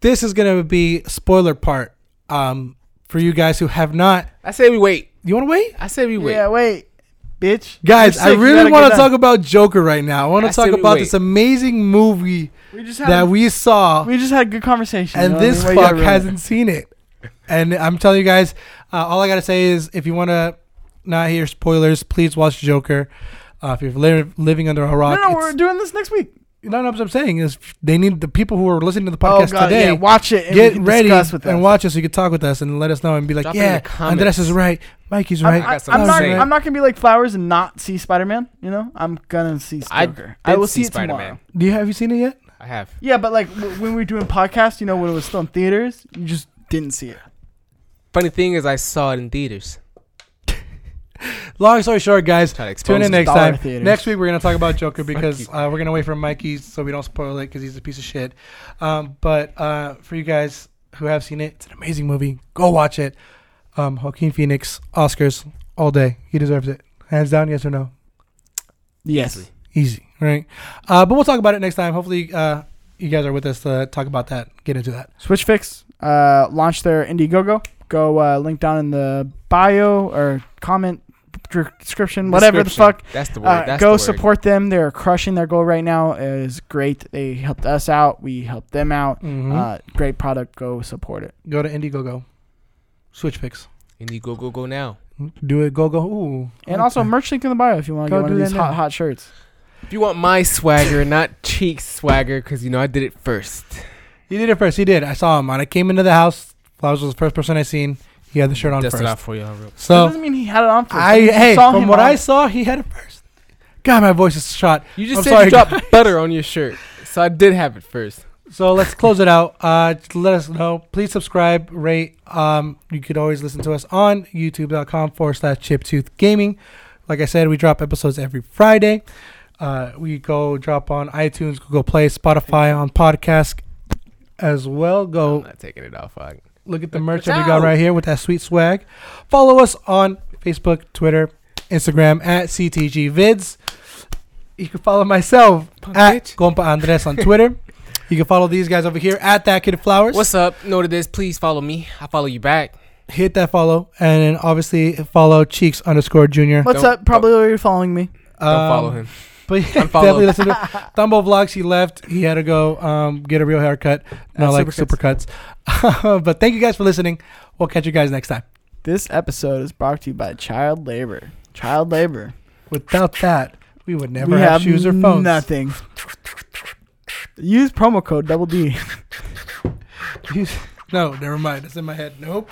this is gonna be spoiler part. Um, for you guys who have not, I say we wait. you want to wait, I say we wait. yeah, wait, bitch, guys? I You're sick, you gotta really get want to done. talk about Joker right now. I want I to say talk we about wait. this amazing movie We just had that we saw. we just had a good conversation, and you know what I this mean? Why you gotta fuck ruin it? hasn't seen it. And I'm telling you guys, uh, all I gotta say is, if you wanna not hear spoilers, please watch Joker. Uh, if you're li- living under a rock, No, no, it's- we're doing this next week. no, no, what I'm saying is, they need the people who are listening to the podcast today. Oh, yeah, watch it. And we Get can ready discuss with and us. watch us. You can talk with us and let us know and be like, Drop it in yeah, the comments. Andres is right, Mikey's I'm, right. I got I, something am to not. say. I'm not gonna be like flowers and not see Spider Man. You know, I'm gonna see I Joker. I, will see, it tomorrow. Do you have you seen it yet? I have. Yeah, but like w- when we were doing podcasts, you know, when it was still in theaters, you just didn't see it. Funny thing is, I saw it in theaters. Long story short, guys, Try to expose tune in me. next Dollar time. theaters. Next week we're gonna talk about Joker because you. uh, we're gonna wait for Mikey so we don't spoil it because he's a piece of shit. Um, but uh, for you guys who have seen it, it's an amazing movie. Go watch it. Um, Joaquin Phoenix, Oscars all day. He deserves it, hands down. Yes or no? Yes. Easy, right? Uh, but we'll talk about it next time. Hopefully, uh, you guys are with us to talk about that. Get into that. Switch Fix uh, launched their Indiegogo. Go uh, link down in the bio or comment dr- description, whatever the Description. fuck. That's the word. Uh, That's go the word. support them. They're crushing their goal right now. It is great. They helped us out. We helped them out. Mhm. Uh, great product. Go support it. go to Indiegogo. Switch picks. And you go, go, go now. Do it. Go go. Ooh. And also merch link in the bio if you want to Go get one do of these that now. hot hot shirts. If you want my swagger, not cheek swagger, because you know I did it first. He did it first. He did. I saw him on. I came into the house. Flowers was the first person I seen. He had the shirt on Dust it first. off for y'all. Real. that So doesn't mean he had it on. First. I You hey, saw from him what on- I saw, he had it first. God, my voice is shot. You just I'm said sorry, you dropped butter on your shirt. So I did have it first. So let's close it out. Uh, just let us know. Please subscribe, rate. Um, you could always listen to us on youtube.com forward slash chiptooth gaming. Like I said, we drop episodes every Friday. Uh, we go drop on iTunes, Google Play, Spotify, on podcast as well. I'm Go not taking it off. I- look at the Check merch us that we got out. right here with that sweet swag. Follow us on Facebook, Twitter, Instagram at CTGVids. You can follow myself Punk at bitch. Compa Andres on [LAUGHS] Twitter. You can follow these guys over here at That Kid Flowers. What's up? Note of this. Please follow me. I follow you back. Hit that follow, and then obviously follow Cheeks underscore Junior. What's Don't- up? Probably you're following me. Don't Um, follow him. [LAUGHS] But Unfollow. definitely [LAUGHS] listen to Thumbo Vlogs. He left. He had to go um, get a real haircut, not Uh, like supercuts. [LAUGHS] but thank you guys for listening. We'll catch you guys next time. This episode is brought to you by child labor. Child labor. Without that, we would never we have, shoes or phones. Nothing. Use promo code double D. [LAUGHS] no, never mind. It's in my head. Nope.